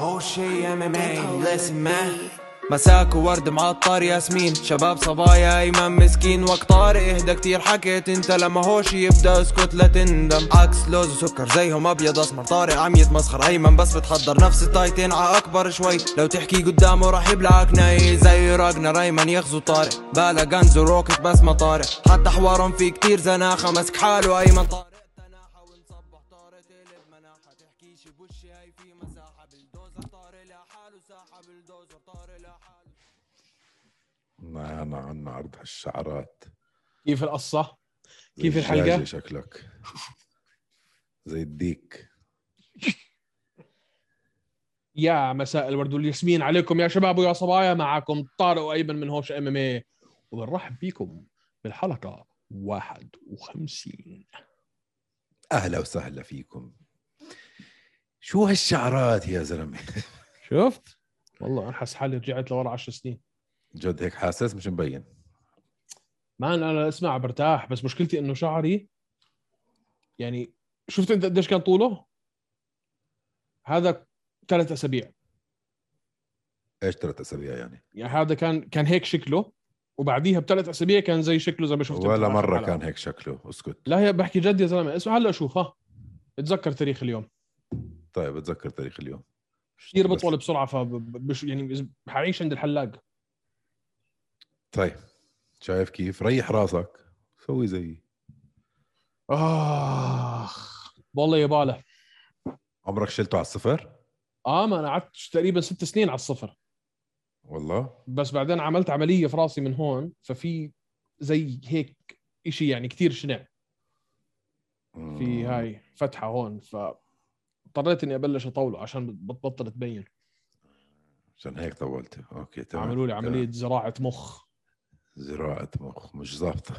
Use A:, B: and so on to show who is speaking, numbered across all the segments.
A: Oh, شي ام ام اي listen man مساك وورد معطر ياسمين شباب صبايا ايمن مسكين وقت طارق اهدى كتير حكيت انت لما هوش يبدا اسكت لا تندم عكس لوز وسكر زيهم ابيض اسمر طارق عم يتمسخر ايمن بس بتحضر نفس التايتين ع اكبر شوي لو تحكي قدامه راح يبلعك ناي زي راجنا ريمان يغزو طارق بالا غنز وروكت بس ما طارق حتى حوارهم في كتير زناخه مسك حاله ايمن طارق تناحة ونصبح طارق تقلب مناحة تحكيش بوشي هاي في مساحة بلدوزر طارق لحاله ساحة بلدوزر طارق لحاله
B: ما أنا عنا عرض هالشعرات
C: كيف القصه؟
B: زي
C: كيف الحلقة؟
B: الدجاجة شكلك زي الديك
C: يا مساء الورد والياسمين عليكم يا شباب ويا صبايا معكم طارق وايمن من هوش إيه. ام ام اي وبنرحب بيكم بالحلقه 51
B: أهلا وسهلا فيكم شو هالشعرات يا زلمة
C: شفت؟ والله انحس حالي رجعت لورا 10 سنين
B: جد هيك حاسس مش مبين
C: ما أنا- انا اسمع برتاح بس مشكلتي انه شعري يعني شفت انت قديش كان طوله؟ هذا ثلاث اسابيع
B: ايش ثلاث اسابيع يعني
C: يعني هذا كان كان هيك شكله وبعديها بثلاث اسابيع كان زي شكله زي ما شفت
B: ولا
C: أنت
B: مرة
C: بالحلقة.
B: كان هيك شكله اسكت
C: لا يا بحكي جد يا زلمه اسمع هلا شوف ها اتذكر تاريخ اليوم
B: طيب اتذكر تاريخ اليوم
C: كثير
B: بس-
C: بطول بسرعه فبش يعني إذا حعيش عند الحلاق
B: طيب شايف كيف ريح راسك سوي زيي
C: اخ والله يا باله
B: عمرك شلته على الصفر
C: اه ما انا قعدت تقريبا ست سنين على الصفر
B: والله
C: بس بعدين عملت عمليه في راسي من هون ففي زي هيك إشي يعني كثير شنع في
B: مم.
C: هاي فتحه هون ف اضطريت اني ابلش اطوله عشان بتبطل تبين
B: عشان هيك طولت اوكي تمام
C: عملوا لي
B: تمام.
C: عمليه زراعه مخ
B: زراعة مخ مش ظابطة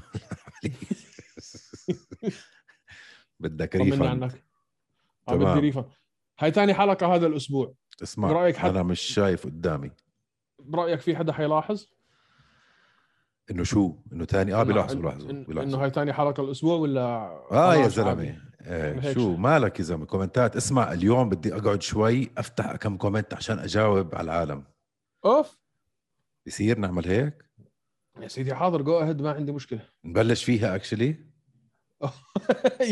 B: بدك
C: طمني
B: ريفند
C: عنك آه، بدي
B: تمام.
C: ريفا هاي تاني حلقه هذا الاسبوع
B: اسمع
C: برأيك حد-
B: انا مش شايف قدامي
C: برايك في حدا حيلاحظ
B: انه شو انه تاني اه
C: إنه-
B: بيلاحظوا
C: إن-
B: بيلاحظوا
C: انه
B: بيلاحظوا
C: هاي تاني حلقه الاسبوع ولا
B: اه يا
C: عادي؟
B: زلمه آه
C: هيك.
B: شو مالك يا زلمه كومنتات اسمع اليوم بدي اقعد شوي افتح كم كومنت عشان اجاوب على العالم
C: اوف
B: بصير نعمل هيك
C: يا سيدي حاضر جو اهيد ما عندي مشكله
B: نبلش فيها اكشلي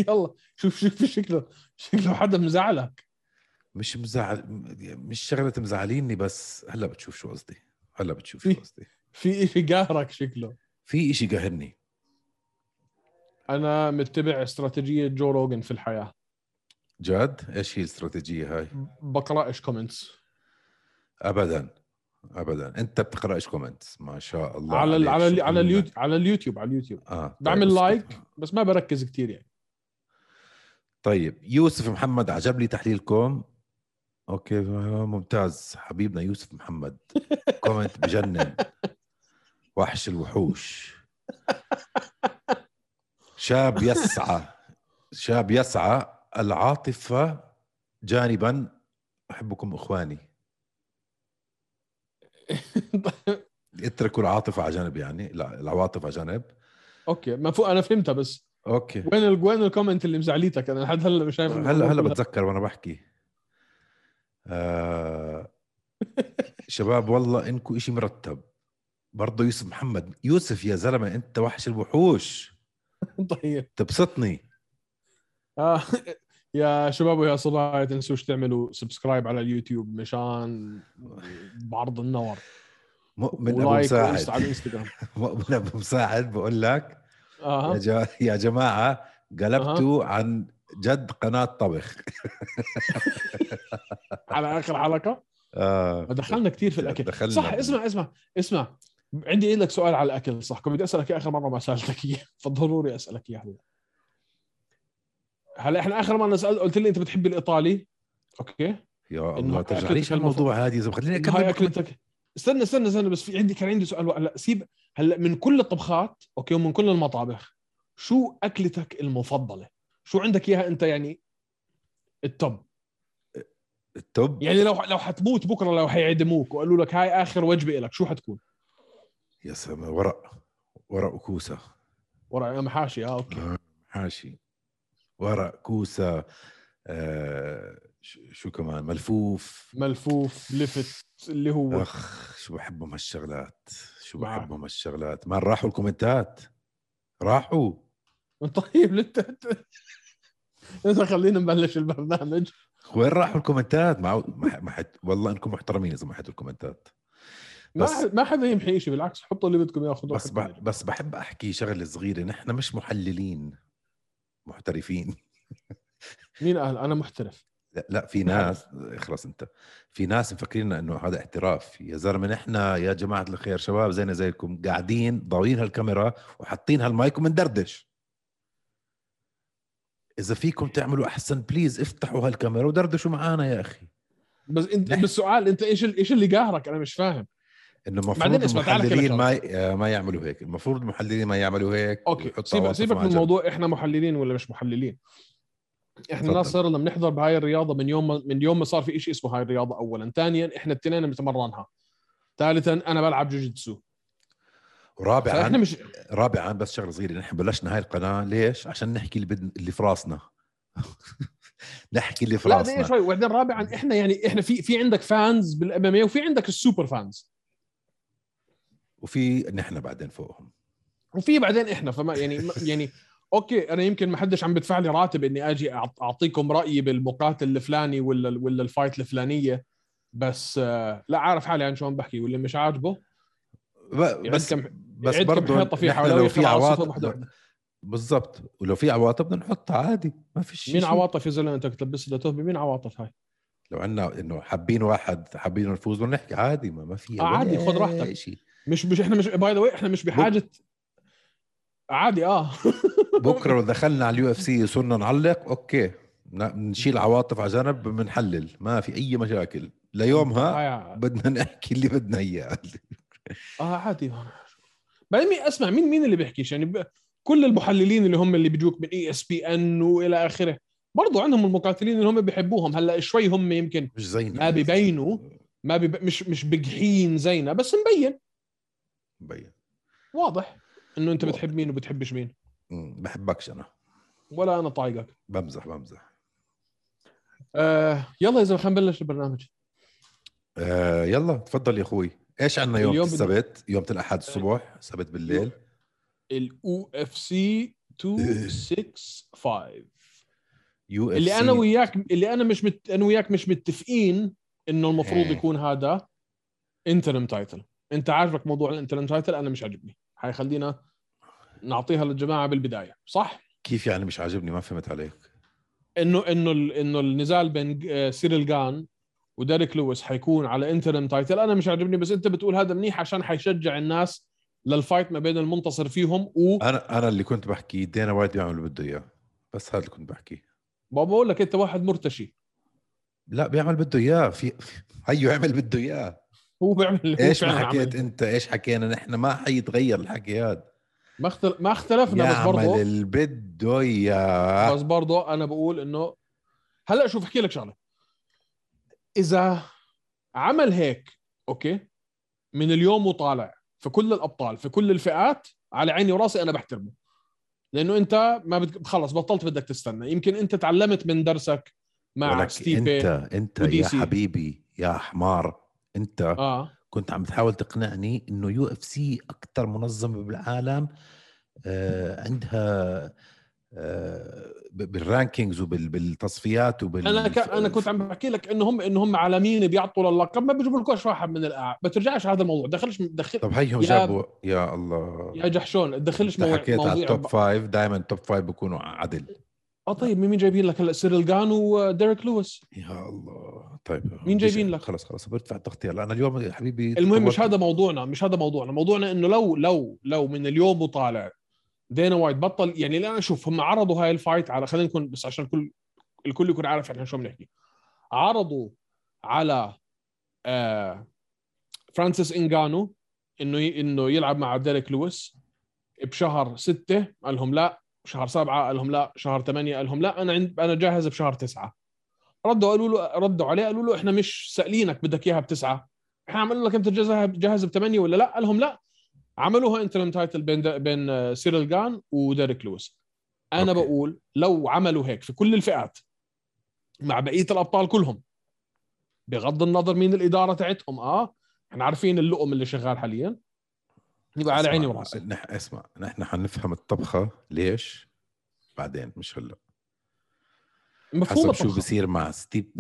C: يلا شوف شوف شكله شكله حدا مزعلك
B: مش مزعل مش شغله مزعليني بس هلا بتشوف شو قصدي هلا بتشوف شو
C: في-
B: قصدي
C: في في قهرك شكله
B: في إشي قهرني
C: انا متبع استراتيجيه جو روجن في الحياه
B: جد ايش هي الاستراتيجيه هاي
C: بقراش كومنتس
B: ابدا ابدا انت بتقراش كومنتس ما شاء الله
C: على ال-
B: عليك.
C: على ال-
B: شكراً لك.
C: على اليوتيوب على اليوتيوب على اليوتيوب
B: اه طيب،
C: بعمل
B: اسكت.
C: لايك بس ما بركز كتير يعني
B: طيب يوسف محمد عجب لي تحليلكم اوكي ممتاز حبيبنا يوسف محمد كومنت بجنن وحش الوحوش شاب يسعى شاب يسعى العاطفة جانبا أحبكم إخواني اتركوا العاطفة على جانب يعني لا العواطف على جانب
C: اوكي ما فوق انا فهمتها بس
B: أوكي
C: وين ال- وين الكومنت اللي مزعليتك انا لحد هلا مش شايف
B: هلا هلا بتذكر وانا بحكي آه شباب والله انكم إشي مرتب برضه يوسف محمد يوسف يا زلمه انت وحش الوحوش
C: طيب
B: تبسطني
C: آه، يا شباب ويا صبايا تنسوش تعملوا سبسكرايب على اليوتيوب مشان بعرض النور
B: مؤمن ابو
C: ولايك وإنست على
B: مساعد
C: الانستغرام
B: مؤمن ابو مساعد بقول لك يا,
C: اها
B: جا... يا جماعه قلبتوا عن جد قناه طبخ
C: على اخر حلقه
B: آه
C: دخلنا كثير في الاكل
B: دخلنا.
C: صح اسمع اسمع اسمع عندي إيه لك سؤال على الاكل صح كنت بدي اسالك إياه اخر مره ما سالتك اياه فضروري اسالك اياه هلا هلا احنا اخر مره سالت قلت لي انت بتحب الايطالي اوكي
B: يا
C: إنه
B: الله ترجع
C: أكلتك
B: ليش الموضوع هذه خليني
C: إنه هاي
B: اكمل
C: اكلتك استنى استنى استنى بس في عندي كان عندي سؤال هلا سيب هلا من كل الطبخات اوكي ومن كل المطابخ شو اكلتك المفضله؟ شو عندك اياها انت يعني التوب
B: التوب
C: يعني لو لو حتموت بكره لو حيعدموك وقالوا لك هاي اخر وجبه لك شو حتكون؟
B: يا سلام ورق ورق وكوسه
C: ورق آه، محاشي اه اوكي
B: آه، حاشي ورق كوسه آه، ش- شو كمان ملفوف
C: ملفوف لفت اللي
B: آه.
C: هو
B: اخ شو بحبهم هالشغلات شو
C: معك.
B: بحبهم هالشغلات ما راحوا الكومنتات راحوا
C: طيب انت اذا خلينا نبلش البرنامج
B: وين راحوا الكومنتات ما عو- ما ح- ما حد والله انكم محترمين اذا ما حد الكومنتات
C: ما
B: بس-
C: ح- ما حدا يمحي شيء بالعكس حطوا اللي بدكم اياه خذوه
B: بس بح- بس بحب احكي شغله صغيره نحن مش محللين محترفين
C: مين قال انا محترف
B: لا, لا في
C: نعم.
B: ناس خلص انت في ناس مفكرين انه هذا احتراف يا زلمه نحن يا جماعه الخير شباب زينا زيكم قاعدين ضاويين هالكاميرا وحاطين هالمايك ومندردش اذا فيكم تعملوا احسن بليز افتحوا هالكاميرا ودردشوا معانا يا اخي
C: بس انت
B: نحن-
C: بالسؤال انت ايش ال- ايش اللي قاهرك انا مش فاهم
B: انه المفروض
C: بعدين اسمع، تعال أحكي لك
B: المحللين ما ي- آه، ما يعملوا هيك المفروض المحللين ما يعملوا هيك
C: اوكي
B: ويحطوا
C: سيبك
B: عواطف
C: سيبك
B: مع
C: من
B: جنب.
C: موضوع احنا محللين ولا مش محللين احنا
B: تفضل.
C: ناس صرنا بنحضر بهاي الرياضه من يوم ما من يوم ما صار في شيء اسمه هاي الرياضه اولا ثانيا احنا التنين بنتمرنها ثالثا انا بلعب جوجيتسو فاحنا
B: رابعا
C: مش
B: رابعا بس شغله صغيره نحن بلشنا هاي القناه ليش؟ عشان نحكي اللي بدنا اللي في راسنا نحكي اللي في
C: لا دقيقه
B: راسنا
C: شوي وبعدين رابعا احنا يعني احنا في في عندك فانز بالام ام وفي عندك السوبر فانز
B: وفي نحن بعدين فوقهم
C: وفي بعدين احنا فما يعني ما- يعني اوكي انا يمكن ما حدش عم بدفع لي راتب اني اجي أعط- اعطيكم رايي بالمقاتل الفلاني ولا ال- ولا الفايت الفلانيه بس آه، لا عارف حالي عن شو عم بحكي واللي مش عاجبه
B: ب- بس
C: كم-
B: بس
C: يعد كم
B: برضه
C: حيطة فيها
B: نحن
C: حوالي
B: لو في
C: خمسة عواصف
B: عواطف
C: وحدة.
B: بالضبط ولو في عواطف بدنا نحطها عادي ما في شيء
C: مين
B: شيء.
C: عواطف يا زلمه انت بتلبس لي تهمه مين عواطف هاي؟
B: لو عنا انه حابين واحد حابين نفوز بدنا نحكي عادي ما, ما في
C: آه، عادي، خذ راحتك.
B: شيء
C: مش مش احنا مش باي ذا واي احنا مش بحاجه عادي اه
B: بكره لو دخلنا على اليو اف سي صرنا نعلق اوكي ن- نشيل عواطف على جنب بنحلل ما في اي مشاكل ليومها
C: هاي-
B: بدنا نحكي اللي بدنا اياه
C: اه عادي بعدين مين اسمع مين مين اللي بيحكيش يعني ب... كل المحللين اللي هم اللي بيجوك من E اي اس بي ان والى اخره برضو عندهم المقاتلين اللي هم بيحبوهم هلا شوي هم يمكن
B: مش زينا
C: ما بيبينوا ما بيب... مش مش بجحين زينا بس مبين
B: مبين
C: واضح انه انت
B: واضح.
C: بتحب مين وبتحبش مين
B: مم، بحبكش انا
C: ولا انا طايقك
B: بمزح بمزح
C: آه يلا يا زلمه خلينا نبلش البرنامج
B: آه يلا تفضل يا اخوي ايش عندنا يوم
C: اليوم بد- آه،
B: السبت يوم الاحد الصبح سبت بالليل
C: الاو اف سي 265
B: يو اف
C: اللي انا وياك اللي انا مش مت... انا وياك مش متفقين انه المفروض
B: إيه.
C: يكون هذا انترم تايتل انت عاجبك موضوع الانترم تايتل انا مش عاجبني حيخلينا نعطيها للجماعه بالبدايه صح
B: كيف يعني مش عاجبني ما فهمت عليك
C: انه انه ال- انه النزال بين آه، سيريل جان وديريك لويس حيكون على انترم تايتل انا مش عاجبني بس انت بتقول هذا منيح عشان حيشجع الناس للفايت ما بين المنتصر فيهم و
B: انا انا اللي كنت بحكي دينا وايت بيعمل اللي بده اياه بس هذا اللي كنت بحكيه
C: بابا بقول لك انت واحد مرتشي
B: لا بيعمل بده اياه في هيو يعمل بده اياه
C: هو بيعمل اللي هو
B: ايش
C: فعلاً
B: ما حكيت
C: عمل.
B: انت ايش حكينا نحن ما حيتغير الحكي هذا
C: ما اختل- ما اختلفنا بس
B: يعمل
C: برضه
B: اللي بده اياه
C: بس برضه انا بقول انه هلا شوف احكي لك شغله اذا عمل هيك اوكي من اليوم وطالع في كل الابطال في كل الفئات على عيني وراسي انا بحترمه لانه انت ما بت... خلص بطلت بدك تستنى يمكن انت تعلمت من درسك مع
B: ولك انت
C: ستيبي
B: انت
C: ودي
B: يا
C: سي.
B: حبيبي يا حمار انت
C: اه
B: كنت عم تحاول تقنعني انه يو اف سي اكثر منظمه بالعالم آه، عندها آه، ب- بالرانكينجز وبالتصفيات وبال
C: انا ك... انا كنت عم بحكي لك انه هم انه هم عالميين بيعطوا للقب ما بيجيبوا لكوش واحد من الاعلى ما ترجعش على هذا الموضوع دخلش دخل
B: طب هيهم
C: يا-
B: جابوا يا الله
C: يا جحشون دخلش
B: انت
C: مو...
B: حكيت على
C: مواضيع
B: التوب فايف دائما التوب فايف بيكونوا عدل
C: اه طيب مين مين جايبين لك هلا سيريل جان وديريك لويس
B: يا الله طيب
C: مين
B: بديش-
C: جايبين لك؟
B: خلص خلص برتفع الضغط يلا انا اليوم يا حبيبي
C: المهم مش
B: تطورت.
C: هذا موضوعنا مش هذا موضوعنا موضوعنا انه لو لو لو من اليوم وطالع دينا وايت بطل يعني لا شوف هم عرضوا هاي الفايت على خلينا نكون بس عشان الكل الكل يكون عارف احنا شو بنحكي عرضوا على آه فرانسيس انجانو انه ي- انه يلعب مع ديريك لويس بشهر ستة قال لهم لا شهر سبعة قال لهم لا شهر ثمانية قال لهم لا انا عند انا جاهز بشهر تسعة ردوا قالوا له ردوا عليه قالوا له احنا مش سائلينك بدك اياها بتسعة احنا عملنا لك انت جاهز جاهز بثمانيه ولا لا؟ قال لهم لا عملوها انترم تايتل بين دا بين آه، سيريل جان وديريك لويس انا
B: أوكي.
C: بقول لو عملوا هيك في كل الفئات مع بقيه الابطال كلهم بغض النظر مين الاداره تاعتهم اه احنا عارفين اللقم اللي شغال حاليا يبقى على
B: اسمع،
C: عيني وراسي
B: نح اسمع نحن حنفهم الطبخه ليش بعدين مش هلا
C: مفهوم
B: حسب شو
C: الطبخة.
B: بصير مع ستيب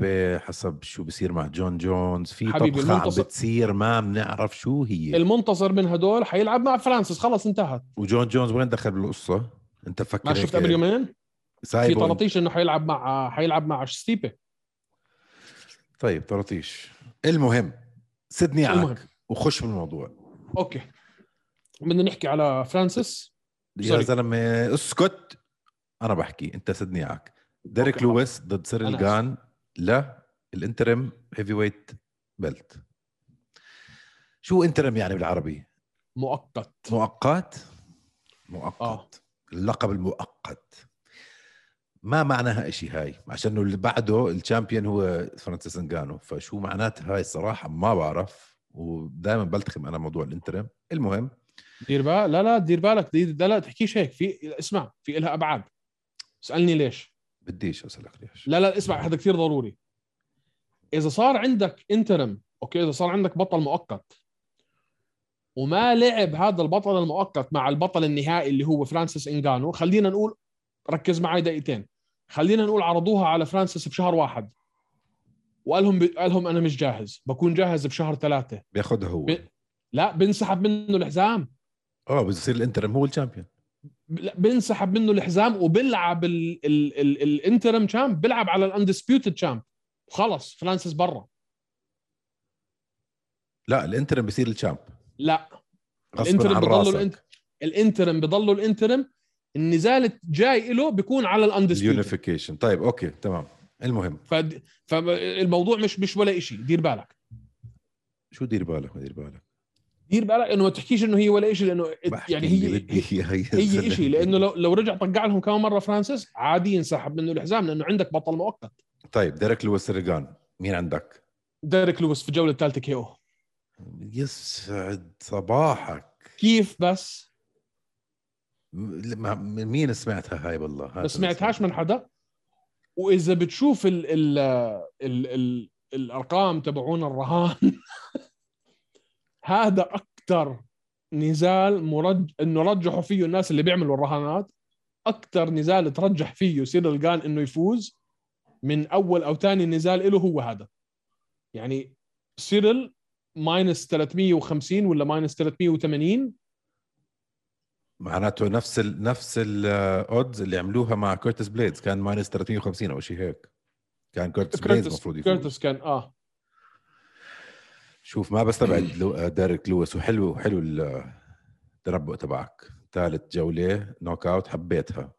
B: حسب شو بصير مع جون جونز في
C: حبيبي،
B: طبخه عم
C: المنتصر-
B: بتصير ما بنعرف شو هي
C: المنتصر من هدول حيلعب مع فرانسيس خلص انتهت
B: وجون جونز وين دخل بالقصه انت فكر
C: ما شفت قبل يومين في
B: سايبه
C: طلطيش انه حيلعب مع حيلعب مع ستيبه
B: طيب طرطيش المهم سدني
C: المهم.
B: عك وخش بالموضوع
C: اوكي بدنا نحكي على فرانسيس
B: يا
C: سوري.
B: زلمه اسكت انا بحكي انت سدني عك ديريك
C: أوكي.
B: لويس ضد سيريل
C: أنا
B: جان لا الانترم هيفي ويت بيلت شو انترم يعني بالعربي
C: مؤقت
B: مؤقت مؤقت
C: آه.
B: اللقب المؤقت ما معناها شيء هاي عشان إنه اللي بعده الشامبيون هو فرانسيس انجانو فشو معناتها هاي الصراحه ما بعرف ودائما بلتخم انا موضوع الانترم المهم
C: دير بالك لا لا دير بالك دير لا لا تحكيش هيك في اسمع في لها ابعاد اسالني ليش
B: بديش اسالك ليش
C: لا لا اسمع هذا كثير ضروري اذا صار عندك انترم اوكي اذا صار عندك بطل مؤقت وما لعب هذا البطل المؤقت مع البطل النهائي اللي هو فرانسيس انجانو خلينا نقول ركز معي دقيقتين خلينا نقول عرضوها على فرانسيس بشهر واحد وقال لهم قال لهم انا مش جاهز بكون جاهز بشهر ثلاثه
B: بياخذها هو
C: ب- لا بنسحب منه الحزام
B: اه بده يصير الانترم هو الشامبيون
C: لا، بنسحب منه الحزام وبيلعب ال- ال- ال- الانترم شامب بيلعب على الاندسبيوتد شامب خلص فرانسيس برا
B: لا الانترم بيصير الشامب
C: لا
B: غصبا
C: الانترم
B: عن
C: بضلوا
B: راسك
C: الانت... الانترم بضلوا الانترم النزال الجاي له بيكون على الاندسبيوتد
B: اليونيفيكيشن طيب اوكي تمام المهم
C: فد... فالموضوع مش مش ولا شيء دير بالك
B: شو دير بالك ما دير بالك
C: دير بالك انه ما تحكيش انه هي ولا شيء لانه
B: بحكي
C: يعني
B: اللي
C: هي
B: بدي إياه يا
C: هي
B: زلمة.
C: شيء لانه لو لو رجع طقع لهم كمان مره فرانسيس عادي ينسحب منه الحزام لانه عندك بطل مؤقت
B: طيب ديريك لويس ريغان مين عندك؟
C: ديريك لويس في الجوله الثالثه كي او
B: يسعد صباحك
C: كيف بس
B: م- ما- من مين سمعتها هاي والله هذا
C: ما سمعتهاش من حدا واذا بتشوف ال ال ال ال الارقام تبعون الرهان هذا اكثر نزال مرج انه رجحوا فيه الناس اللي بيعملوا الرهانات اكثر نزال ترجح فيه سيرل جان انه يفوز من اول او ثاني نزال له هو هذا يعني سيرل ماينس 350 ولا ماينس 380
B: معناته نفس ال نفس الاودز اللي عملوها مع كورتس بليدز كان ماينس 350 او شيء هيك كان كورتس بليدز
C: كيرتس
B: المفروض يفوز
C: كيرتس كان اه
B: شوف ما بستبعد لو- ديريك لويس وحلو وحلو ال- التنبؤ تبعك ثالث جوله نوك اوت حبيتها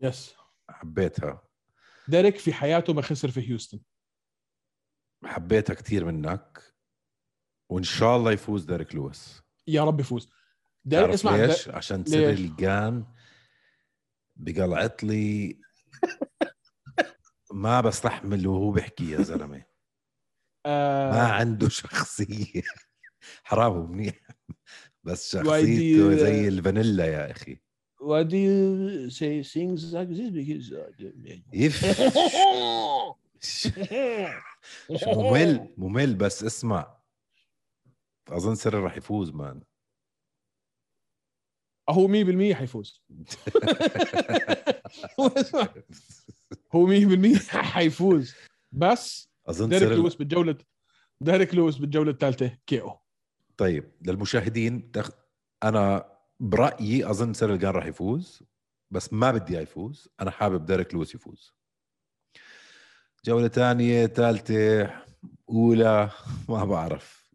C: يس
B: حبيتها
C: ديريك في حياته ما خسر في هيوستن
B: حبيتها كثير منك وان شاء الله يفوز ديريك لويس
C: يا رب يفوز ديريك
B: تعرف
C: اسمع
B: ليش؟
C: ديريك-
B: عشان
C: ليش؟
B: سيريل جان بقلعت لي ما بستحمل وهو بحكي يا زلمه ما
C: آه
B: عنده شخصيه حرام ومنيح بس
C: وأيدي-
B: شخصيته زي الفانيلا يا اخي
C: why do you say things like this because uh, I don't-
B: يف شو ممل ممل بس اسمع اظن سيريل راح يفوز مان
C: هو 100% حيفوز هو اسمع، هو 100% حيفوز بس
B: اظن
C: ديريك
B: سيريل
C: لويس بالجوله ديريك لويس بالجوله الثالثه كي او
B: طيب للمشاهدين تخ... انا برايي اظن سيريل جان راح يفوز بس ما بدي اياه يفوز انا حابب ديريك لويس يفوز جوله ثانيه ثالثه اولى ما بعرف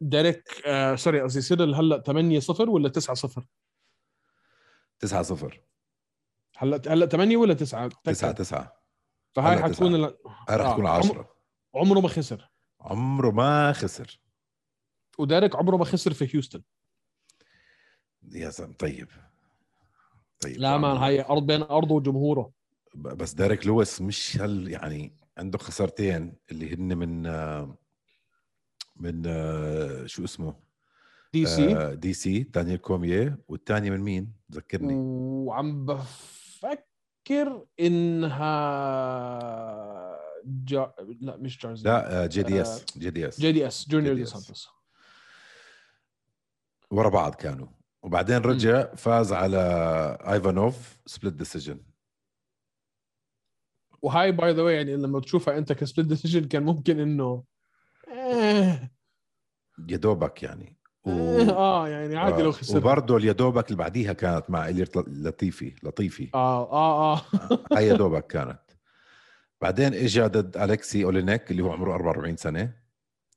C: ديريك آه سوري قصدي سيرل هلا 8 0 ولا 9 0
B: 9 0
C: هلا هلا 8 ولا 9
B: 9 9
C: فهاي
B: هلا
C: حتكون
B: تسعة.
C: ال-
B: هاي رح
C: آه،
B: تكون
C: عم-
B: 10
C: عمره ما خسر
B: عمره ما خسر
C: وديريك عمره ما خسر في هيوستن
B: يا زلمه طيب طيب
C: لا مان
B: عمره-
C: هاي ارض بين ارضه وجمهوره
B: ب- بس ديريك لويس مش هل يعني عنده خسارتين اللي هن من آه، من آه، شو اسمه
C: دي سي
B: آه، دي سي دانيال كوميه والثانيه من مين ذكرني
C: وعم بفكر بفكر انها جا... لا مش جارز
B: لا آه، جي دي اس جي دي اس
C: آه، جي دي اس جونيور دي
B: JDS.
C: سانتوس
B: ورا بعض كانوا وبعدين رجع فاز على ايفانوف سبليت ديسيجن
C: وهاي باي ذا واي يعني لما تشوفها انت كسبليت ديسيجن كان ممكن انه آه،
B: يا دوبك يعني آه،
C: اه يعني عادي لو خسر
B: وبرضه يا دوبك اللي بعديها كانت مع الير لطيفي لطيفي
C: اه اه اه
B: هاي يا دوبك كانت بعدين اجى ضد الكسي اولينيك اللي هو عمره 44 سنه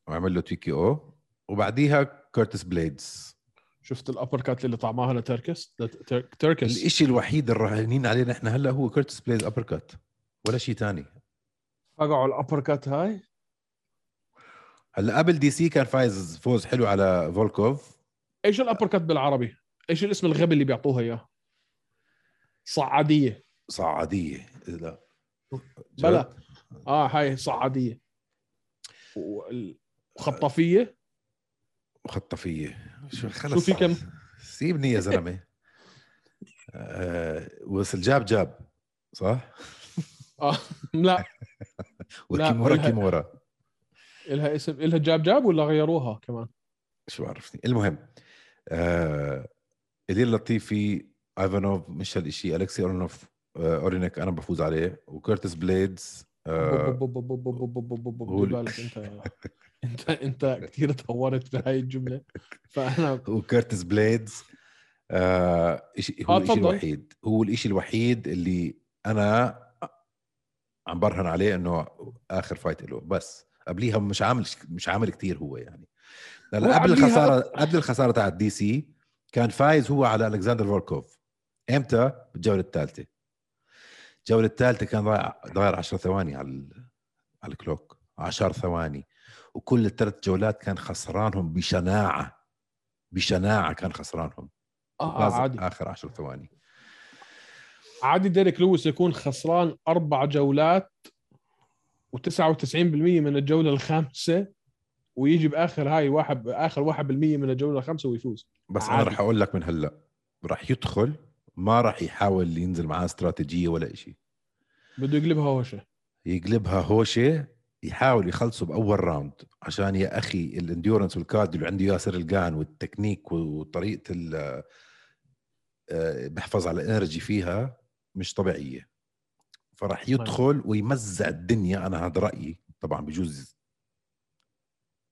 B: وعمل له تيكي او وبعديها كورتس بليدز
C: شفت الابر كات اللي طعماها لتركس لت- تر- تركس
B: الشيء الوحيد الراهنين عليه نحن هلا هو كورتس بليز ابر كات ولا شيء تاني
C: فقعوا الابر كات هاي
B: هلا قبل دي سي كان فايز فوز حلو على فولكوف
C: ايش الابر كات بالعربي؟ ايش الاسم الغبي اللي بيعطوها اياه؟ صعاديه
B: صعاديه لا
C: بلا اه هاي صعاديه وال- وخطافيه
B: خطفيه شو خلص
C: شو في كم؟
B: سيبني يا زلمه آه وصل جاب جاب صح؟
C: اه لا
B: وكيمورا
C: والها-
B: كيمورا
C: الها اسم الها جاب جاب ولا غيروها كمان
B: شو عرفني المهم آه الير لطيفي ايفانوف مش هالشيء الكسي اورينوف آه اورينيك انا بفوز عليه وكرتس بليدز آه
C: بو- بو- بو- بو- بو- بو- بو- بو- بو-
B: هو ال-
C: بالك انت انت انت كثير تهورت بهاي الجمله فانا
B: وكرتس بليدز آه إشي هو
C: آه،
B: الشيء
C: تفضل.
B: الوحيد هو الشيء الوحيد اللي انا عم برهن عليه انه اخر فايت له بس قبليها مش عامل مش عامل كتير هو يعني
C: هو
B: هلا قبل
C: قبليها-
B: الخساره قبل الخساره تاعت دي سي كان فايز هو على الكسندر فولكوف امتى بالجوله الثالثه الجوله الثالثه كان ضايع ضايع 10 ثواني على ال- على الكلوك 10 ثواني وكل الثلاث جولات كان خسرانهم بشناعه بشناعه كان خسرانهم
C: آه آه
B: فاز
C: عادي
B: اخر 10 ثواني
C: عادي ديريك لويس يكون خسران اربع جولات و99% من الجوله الخامسه ويجي باخر هاي واحد باخر 1% من الجوله الخامسه ويفوز
B: بس انا
C: عادي.
B: رح اقول لك من هلا رح يدخل ما رح يحاول ينزل معاه استراتيجيه ولا شيء
C: بده يقلبها هوشه
B: يقلبها هوشه يحاول يخلصه باول راوند عشان يا اخي الانديورنس والكارديو اللي عنده ياسر القان والتكنيك وطريقه ال- آه، بحفظ على الانرجي فيها مش طبيعيه فراح
C: طيب.
B: يدخل ويمزع الدنيا انا هذا رايي طبعا بجوز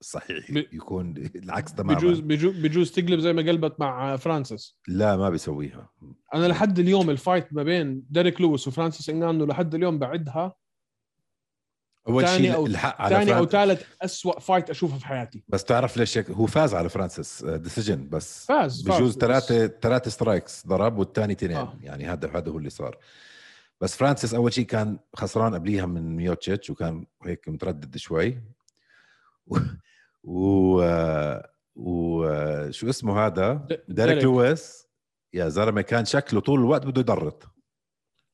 B: صحيح
C: ب-
B: يكون العكس تماما
C: بجوز بجوز, بجوز تقلب زي ما قلبت مع فرانسيس
B: لا ما بيسويها
C: انا لحد اليوم الفايت ما بين ديريك لويس وفرانسيس انغانو لحد اليوم بعدها
B: اول
C: تاني
B: شيء
C: أو-
B: الحق على
C: ثاني او
B: فرانسيس.
C: ثالث أسوأ فايت اشوفها في حياتي
B: بس تعرف ليش هيك؟ هو فاز على فرانسيس ديسيجن بس
C: فاز فاز.
B: بجوز ثلاثة ثلاثة سترايكس ضرب والثاني تنين آه.
C: آه.
B: يعني هذا هذا هو اللي صار بس فرانسيس اول شيء كان خسران قبليها من ميوتشيتش وكان هيك متردد شوي و, و... و... شو اسمه هذا
C: د-
B: ديريك لويس يا زلمه كان شكله طول الوقت بده يدرط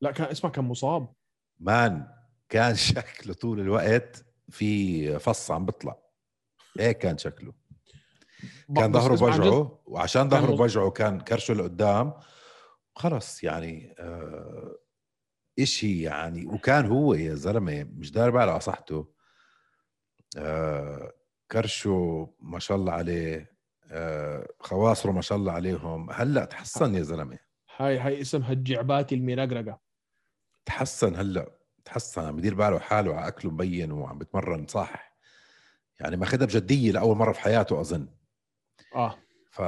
C: لا كان اسمع كان مصاب
B: مان كان شكله طول الوقت في فص عم بيطلع هيك كان شكله
C: ب-
B: كان
C: بس
B: ظهره
C: اسمع عن جد-
B: بوجعه وعشان ظهره
C: مز-
B: بوجعه كان كرشه لقدام خلص يعني آه اشي يعني وكان هو يا زلمه مش داير باله على صحته آه كرشه ما شاء الله عليه آه خواصره ما شاء الله عليهم هلا تحسن يا زلمه
C: هاي هاي اسمها الجعباتي الميرقرقه
B: تحسن هلا تحسن عم يدير باله حاله على اكله مبين وعم بتمرن صح يعني ماخذها بجديه لاول مره في حياته اظن
C: اه
B: ف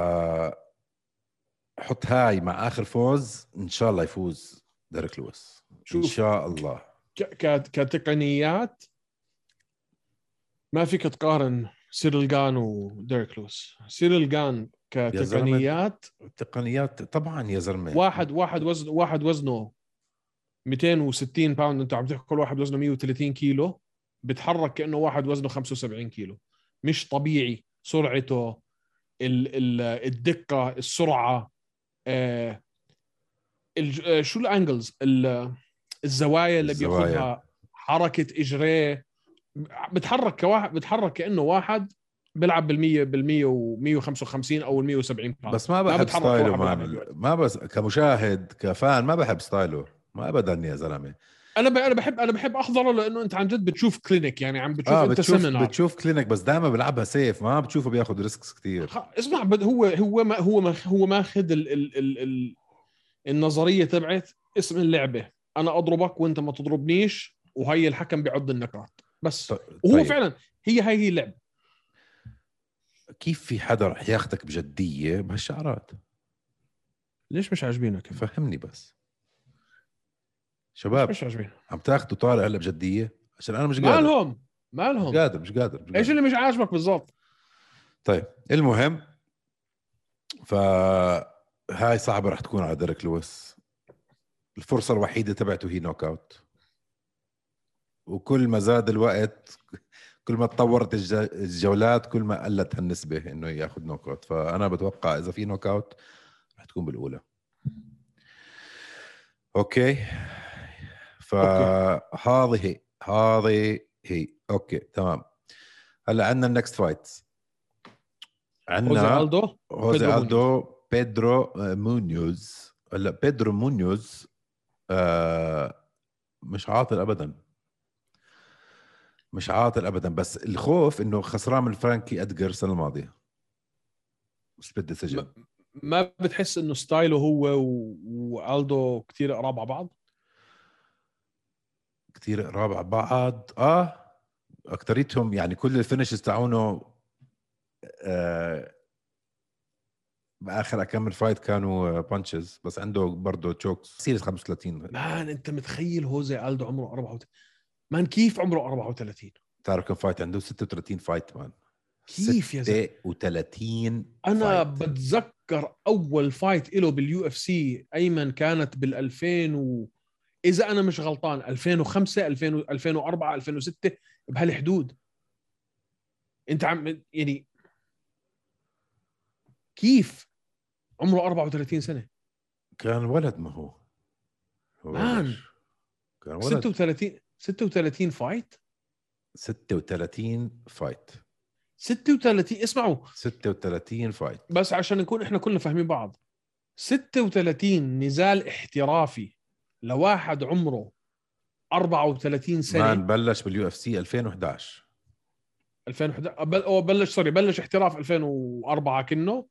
B: حط هاي مع اخر فوز ان شاء الله يفوز ديريك لويس ان
C: شوف.
B: شاء الله
C: ك- ك- كتقنيات ما فيك تقارن سيريل جان وديريك لويس سيريل جان
B: زلمة.
C: كتقنيات
B: التقنيات طبعا يا زلمه
C: واحد واحد وزن واحد وزنه 260 باوند انتوا عم تحكوا كل واحد وزنه 130 كيلو بتحرك كانه واحد وزنه 75 كيلو مش طبيعي سرعته ال ال الدقه السرعه آه الج- آه، شو الانجلز ال- الزوايا اللي
B: الزوايا.
C: بياخذها حركه اجريه بتحرك كواحد بتحرك كانه واحد بيلعب بال100 بال100 و155 او ال170 باوند
B: بس ما
C: ما
B: بحب
C: بتحرك
B: ستايله مان
C: واحد بالعمل.
B: ما بس كمشاهد كفان ما بحب ستايله ما ابدا يا زلمه
C: انا ب... انا بحب انا بحب احضره لانه انت عن جد بتشوف كلينيك يعني عم بتشوف
B: اه
C: آه انت
B: بتشوف
C: سيمينار
B: بتشوف كلينك بس دائما بيلعبها سيف ما بتشوفه بياخذ ريسكس كثير
C: خ- اسمع بد- هو هو ما هو ما هو ماخذ ال ال ال ال النظريه تبعت اسم اللعبه انا اضربك وانت ما تضربنيش وهي الحكم بيعد النقاط بس وهو
B: طيب.
C: فعلا هي هاي هي اللعبه
B: كيف في حدا رح ياخذك بجديه بهالشعرات
C: ليش مش عاجبينك
B: فهمني بس شباب
C: مش عاجبينك
B: عم تاخذوا طالع هلا بجديه عشان انا مش قادر
C: مالهم
B: مش
C: مالهم
B: قادر مش قادر, مش
C: ايش
B: قادر.
C: اللي مش عاجبك بالضبط
B: طيب المهم ف هاي صعبه رح تكون على ديريك لويس الفرصه الوحيده تبعته هي نوك اوت وكل ما زاد الوقت كل ما تطورت الج- الجولات كل ما قلت هالنسبه انه ياخذ نوك اوت فانا بتوقع اذا في نوك اوت رح تكون بالاولى اوكي فهذه هذه هي اوكي تمام هلا عندنا النكست فايت
C: خوزي
B: عندنا
C: ألدو
B: هوزي
C: بيدرو
B: ألدو بيدرو آه، مونيوز هلا بيدرو مونيوز آه، مش عاطل ابدا مش عاطل ابدا بس الخوف انه خسران من فرانكي ادجر السنه الماضيه سبيد ديسيجن
C: ما بتحس انه ستايله هو و- والدو كثير قراب على بعض
B: كثير قراب على بعض اه اكتريتهم يعني كل الفينشز تاعونه آه باخر كم فايت كانوا بانشز بس عنده برضه تشوكس سيريس 35
C: مان انت متخيل هوزي ألدو عمره 34 مان كيف عمره 34
B: تعرف كم فايت عنده 36 فايت مان
C: كيف يا زلمه
B: 36
C: انا
B: فايت.
C: بتذكر اول فايت له باليو اف سي ايمن كانت بال 2000 و... اذا انا مش غلطان 2005 2000 2004 2006 بهالحدود انت عم يعني كيف عمره 34 سنه
B: كان ولد ما هو هو
C: مان.
B: مش- كان ولد
C: 36 36 فايت
B: 36 فايت
C: 36 اسمعوا
B: 36 فايت
C: بس عشان نكون احنا كلنا فاهمين بعض 36 نزال احترافي لواحد عمره 34 سنه
B: مان بلش باليو اف سي 2011
C: 2011 بل... أو بلش سوري بلش احتراف 2004 كنه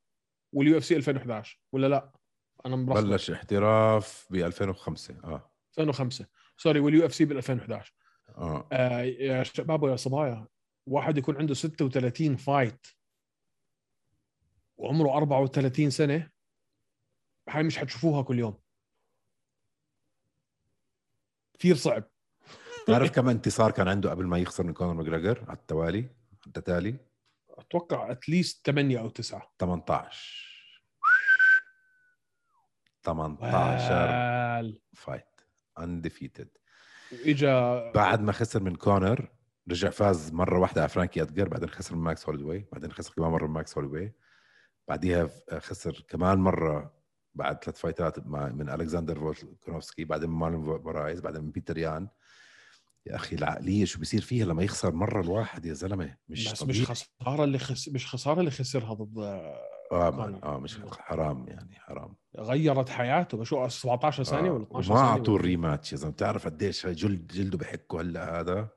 C: واليو اف سي 2011 ولا لا انا مرخبط
B: بلش احتراف ب 2005 اه
C: 2005 سوري واليو اف سي بال 2011
B: اه
C: آه يا شباب ويا صبايا واحد يكون عنده 36 فايت وعمره 34 سنه هاي مش حتشوفوها كل يوم كثير صعب
B: تعرف كم انتصار كان عنده قبل ما يخسر من كونر ماجريجر على التوالي على التتالي
C: اتوقع اتليست 8 او 9
B: 18 18
C: وال
B: فايت انديفيتد
C: واجا
B: بعد ما خسر من كونر رجع فاز مره واحده على فرانكي ادجر بعدين خسر من ماكس هوليدواي بعدين خسر كمان مره من ماكس هوليدواي بعديها ف- خسر كمان مره بعد ثلاث فايتات مع من الكسندر فولكنوفسكي بعدين من مارلون برايز بعدين من بيتر يان يا اخي العقليه شو بيصير فيها لما يخسر مره الواحد يا زلمه مش
C: بس
B: طبيعي
C: مش خساره اللي خس... مش خساره اللي خسرها ضد
B: اه مان،
C: كونر.
B: اه مش حرام يعني حرام
C: غيرت حياته شو 17 ثانيه ولا 12
B: آه. ما
C: ثانيه
B: اعطوه
C: ولا-
B: الريماتش يا زلمه بتعرف قديش هاي جلد جلده بحكه هلا هذا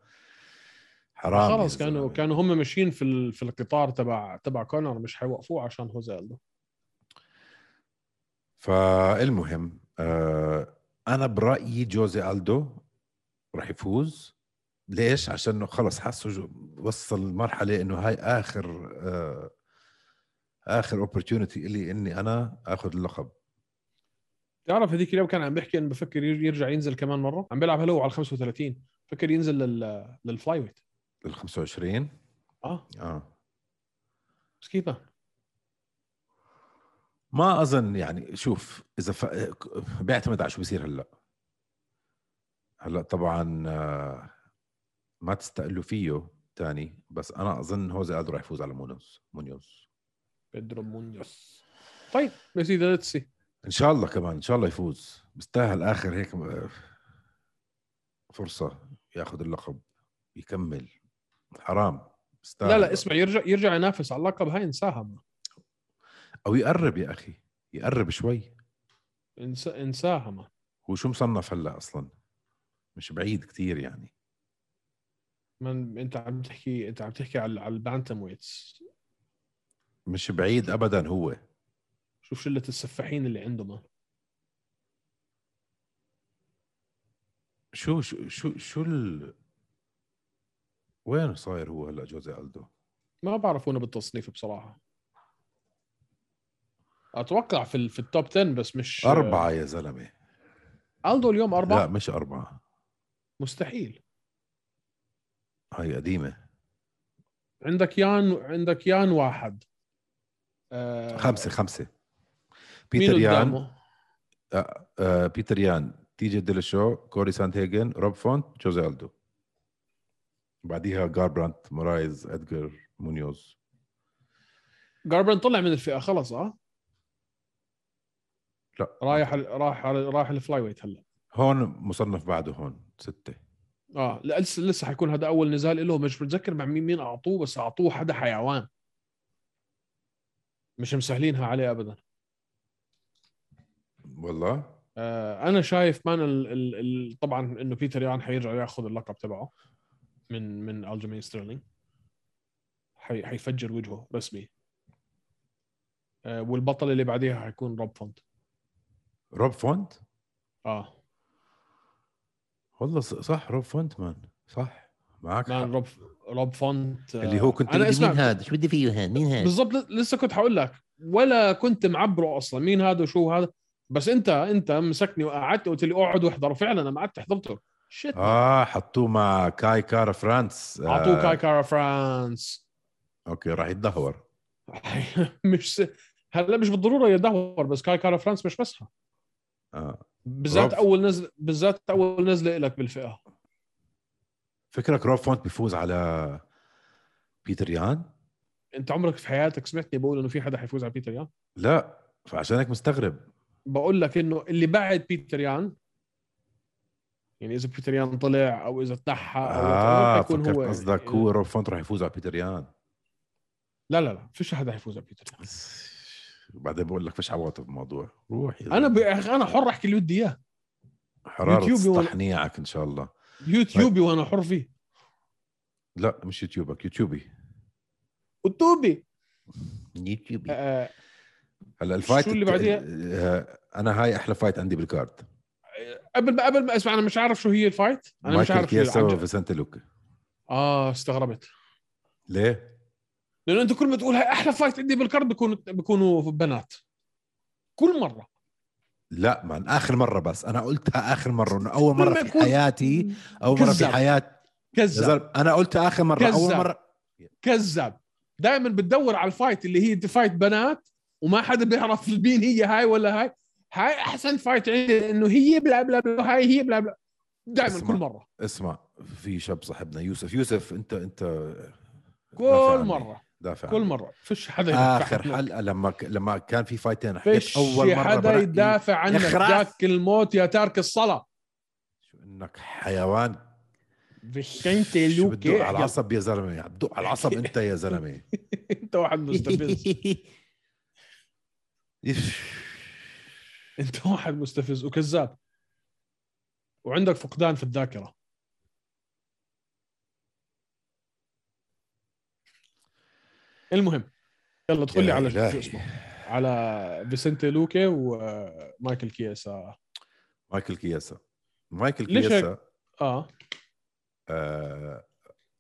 B: حرام يا
C: خلص كانوا
B: زلمة.
C: كانوا هم ماشيين في ال... في القطار تبع تبع كونر مش حيوقفوه عشان هوزي ألدو.
B: فالمهم آه، انا برايي جوزي الدو راح يفوز ليش عشان إنه خلص حاسه جو- وصل مرحله انه هاي اخر آه، اخر اوبورتيونيتي الي اني انا اخذ اللقب
C: تعرف هذيك اليوم كان عم بيحكي انه بفكر ير- يرجع ينزل كمان مره عم بيلعب هلا هو على ال 35 فكر ينزل لل للفلاي ويت
B: لل 25
C: اه
B: اه
C: بس كيف ما.
B: ما اظن يعني شوف اذا ف... بيعتمد على شو بيصير هلا هلا طبعا آه، ما تستقلوا فيه تاني بس انا اظن هوزي الدو راح يفوز على مونيوز مونيوز
C: بيدرو مونيوس طيب يا سيدي ليتس سي
B: ان شاء الله كمان ان شاء الله يفوز بيستاهل اخر هيك م- فرصه ياخذ اللقب يكمل حرام بيستاهل
C: لا لا اسمع يرجع يرجع ينافس على اللقب هاي انساها
B: او يقرب يا اخي يقرب شوي
C: انساها ما
B: هو شو مصنف هلا اصلا مش بعيد كتير يعني
C: من انت عم تحكي انت عم تحكي على على البانتم ويتس
B: مش بعيد ابدا هو
C: شوف شله السفاحين اللي عنده ما
B: شو شو شو شو ال... وين صاير هو هلا جوزي الدو
C: ما بعرف وين بالتصنيف بصراحه اتوقع في ال- في التوب 10 بس مش
B: اربعه يا زلمه
C: الدو اليوم اربعه
B: لا مش اربعه
C: مستحيل
B: هاي قديمه
C: عندك يان عندك يان واحد آه،
B: خمسه خمسه
C: مين
B: بيتر يان
C: قدامه؟
B: آه، بيتر يان تيجي ديلشو كوري ساند هيجن روب فونت جوزي الدو بعديها جاربرانت مورايز ادجر مونيوز
C: جاربرن طلع من الفئه خلص اه
B: لا
C: رايح ال- رايح على- رايح الفلاي ويت هلا
B: هون مصنف بعده هون سته
C: اه لا، لسه لسه حيكون هذا اول نزال له مش متذكر مع مين مين اعطوه بس اعطوه حدا حيوان مش مسهلينها عليه ابدا
B: والله
C: آه انا شايف مان ال ال ال طبعا انه بيتر يان حيرجع ياخذ اللقب تبعه من من الجيمين ستيرلينج حي حيفجر وجهه رسمي آه والبطل اللي بعديها حيكون روب فونت
B: روب فونت
C: اه
B: والله ص- صح روب فونت مان صح معك
C: مان
B: حق.
C: روب روب فونت آه،
B: اللي هو كنت
C: انا
B: بدي
C: اسمع
B: مين هذا شو بدي فيه هذا مين هذا
C: بالضبط ل- لسه كنت حقول لك ولا كنت معبره اصلا مين هذا وشو هذا بس انت انت مسكني وقعدت قلت لي اقعد واحضر فعلا انا قعدت حضرته شت
B: اه حطوه مع كاي كارا فرانس آه
C: اعطوه كاي كارا فرانس
B: اوكي راح يتدهور
C: مش س... هلا مش بالضروره يدهور بس كاي كارا فرانس مش مسحه
B: آه.
C: بالذات
B: روب.
C: اول نزل بالذات اول نزله لك بالفئه
B: فكرك روب فونت بيفوز على بيتر يان
C: انت عمرك في حياتك سمعتني بقول انه في حدا حيفوز على بيتر يان
B: لا فعشان هيك مستغرب
C: بقول لك انه اللي بعد بيتر يان يعني اذا بيتر يان طلع او اذا تنحى او
B: اه
C: whatever، حيكون
B: فكرت
C: آه.
B: قصدك هو روب فونت راح يفوز على بيتر يان
C: إيه. لا لا لا فيش حدا حيفوز على بيتر يان
B: بعدين بقول لك فيش عواطف بالموضوع روح يا
C: انا
B: زلمة.
C: ب... انا حر احكي اللي بدي اياه
B: حراره
C: يوتيوبي وأنا-
B: تستحنيعك ان شاء الله
C: يوتيوبي
B: طيب.
C: وانا حر فيه
B: لا مش يوتيوبك يوتيوبي
C: وتوبي
B: يوتيوبي
C: آه
B: هلا الفايت
C: شو اللي بعديها؟
B: آه، انا هاي احلى فايت عندي بالكارد
C: قبل ما قبل ما اسمع انا مش عارف شو هي الفايت انا مش
B: مايكل
C: عارف شو هي
B: كيس سوى
C: العنجة.
B: في سانتا لوكا
C: اه استغربت
B: ليه؟
C: لانه انت كل ما تقول هاي احلى فايت عندي بالكارد بيكونوا بيكونوا بنات كل مره
B: لا من اخر مره بس انا قلتها اخر مره انه اول
C: لما
B: مره في
C: يكون-
B: حياتي اول مره في
C: كذاب.
B: حياتي يا
C: كذاب
B: زلمة، انا قلتها اخر مره اول
C: كذاب.
B: مره
C: كذاب دائما بتدور على الفايت اللي هي دي فايت بنات وما حدا بيعرف مين هي هاي ولا هاي هاي احسن فايت عندي انه هي بلا بلا بلا هاي هي بلا بلا دائما
B: اسمع.
C: كل مره
B: اسمع في شاب صاحبنا يوسف يوسف انت انت دافع
C: كل
B: عني.
C: مره
B: دافع
C: كل
B: عني.
C: مره فيش حدا يدافع
B: اخر
C: عنك.
B: حلقه لما ك... لما كان في فايتين حكيت
C: فيش
B: اول مره
C: حدا
B: برأيي
C: يدافع عنك
B: يخرع.
C: جاك الموت يا تارك الصلاه
B: شو انك إيه، حيوان
C: فيش انت لوك
B: شو بتدق على العصب يا زلمه بتدق على العصب انت يا زلمه
C: انت واحد مستفز انت واحد مستفز وكذاب وعندك فقدان في الذاكره المهم يلا ادخل لي
B: يا
C: على
B: إلهي.
C: شو اسمه على فيسنتي لوكي ومايكل كياسا
B: مايكل كياسا مايكل
C: ليش هيك؟
B: كياسا
C: اه
B: آه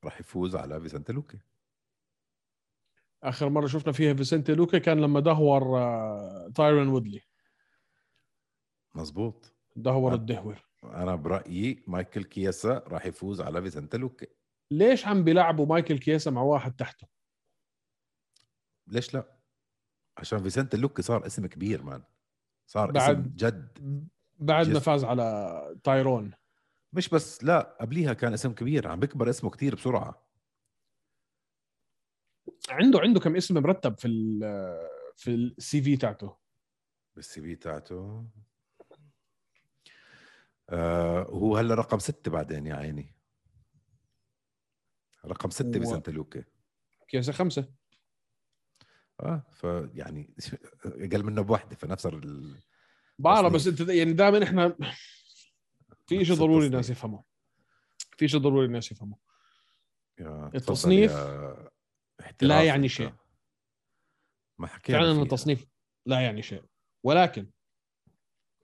B: راح يفوز على فيسنتا لوكي
C: اخر مره شفنا فيها فيسنتي لوكا كان لما دهور آه، تايرون وودلي
B: مزبوط
C: دهور
B: آه.
C: الدهور
B: انا برايي مايكل كياسا راح يفوز على فيسنتا لوكي
C: ليش عم بيلعبوا مايكل كياسا مع واحد تحته
B: ليش لا عشان فيسنتا لوكي صار اسم كبير مان صار اسم
C: بعد-
B: جد
C: بعد ما
B: جس-
C: فاز على تايرون
B: مش بس لا قبليها كان اسم كبير عم بيكبر اسمه كتير بسرعه
C: عنده عنده كم اسم مرتب في ال في السي في تاعته
B: بالسي في تاعته آه وهو هلا رقم ستة بعدين يا عيني رقم ستة
C: هو-
B: بسانتا لوكا
C: كياسا خمسه
B: اه فيعني اقل منه بوحده فنفس ال
C: بعرف بس
B: تصنيف.
C: انت يعني دائما احنا في شيء
B: بس
C: ضروري
B: التصنيف.
C: الناس يفهموه في شيء ضروري الناس يفهموه
B: يا
C: التصنيف
B: تفضل يا احتراف
C: لا يعني
B: أنت.
C: شيء.
B: ما حكينا
C: فعلا
B: فيها.
C: التصنيف لا يعني شيء ولكن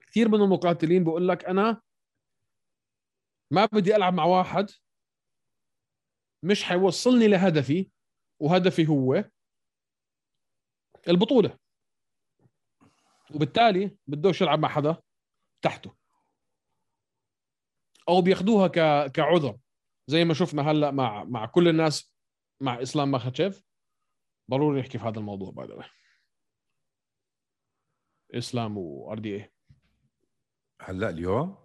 C: كثير من المقاتلين بقول لك انا ما بدي العب مع واحد مش حيوصلني لهدفي وهدفي هو البطوله وبالتالي بدوش يلعب مع حدا تحته او بياخدوها ك... كعذر زي ما شفنا هلا مع مع كل الناس مع اسلام مخاتشيف ضروري نحكي في هذا الموضوع باي ذا اسلام وار دي إيه. اي
B: هلا اليوم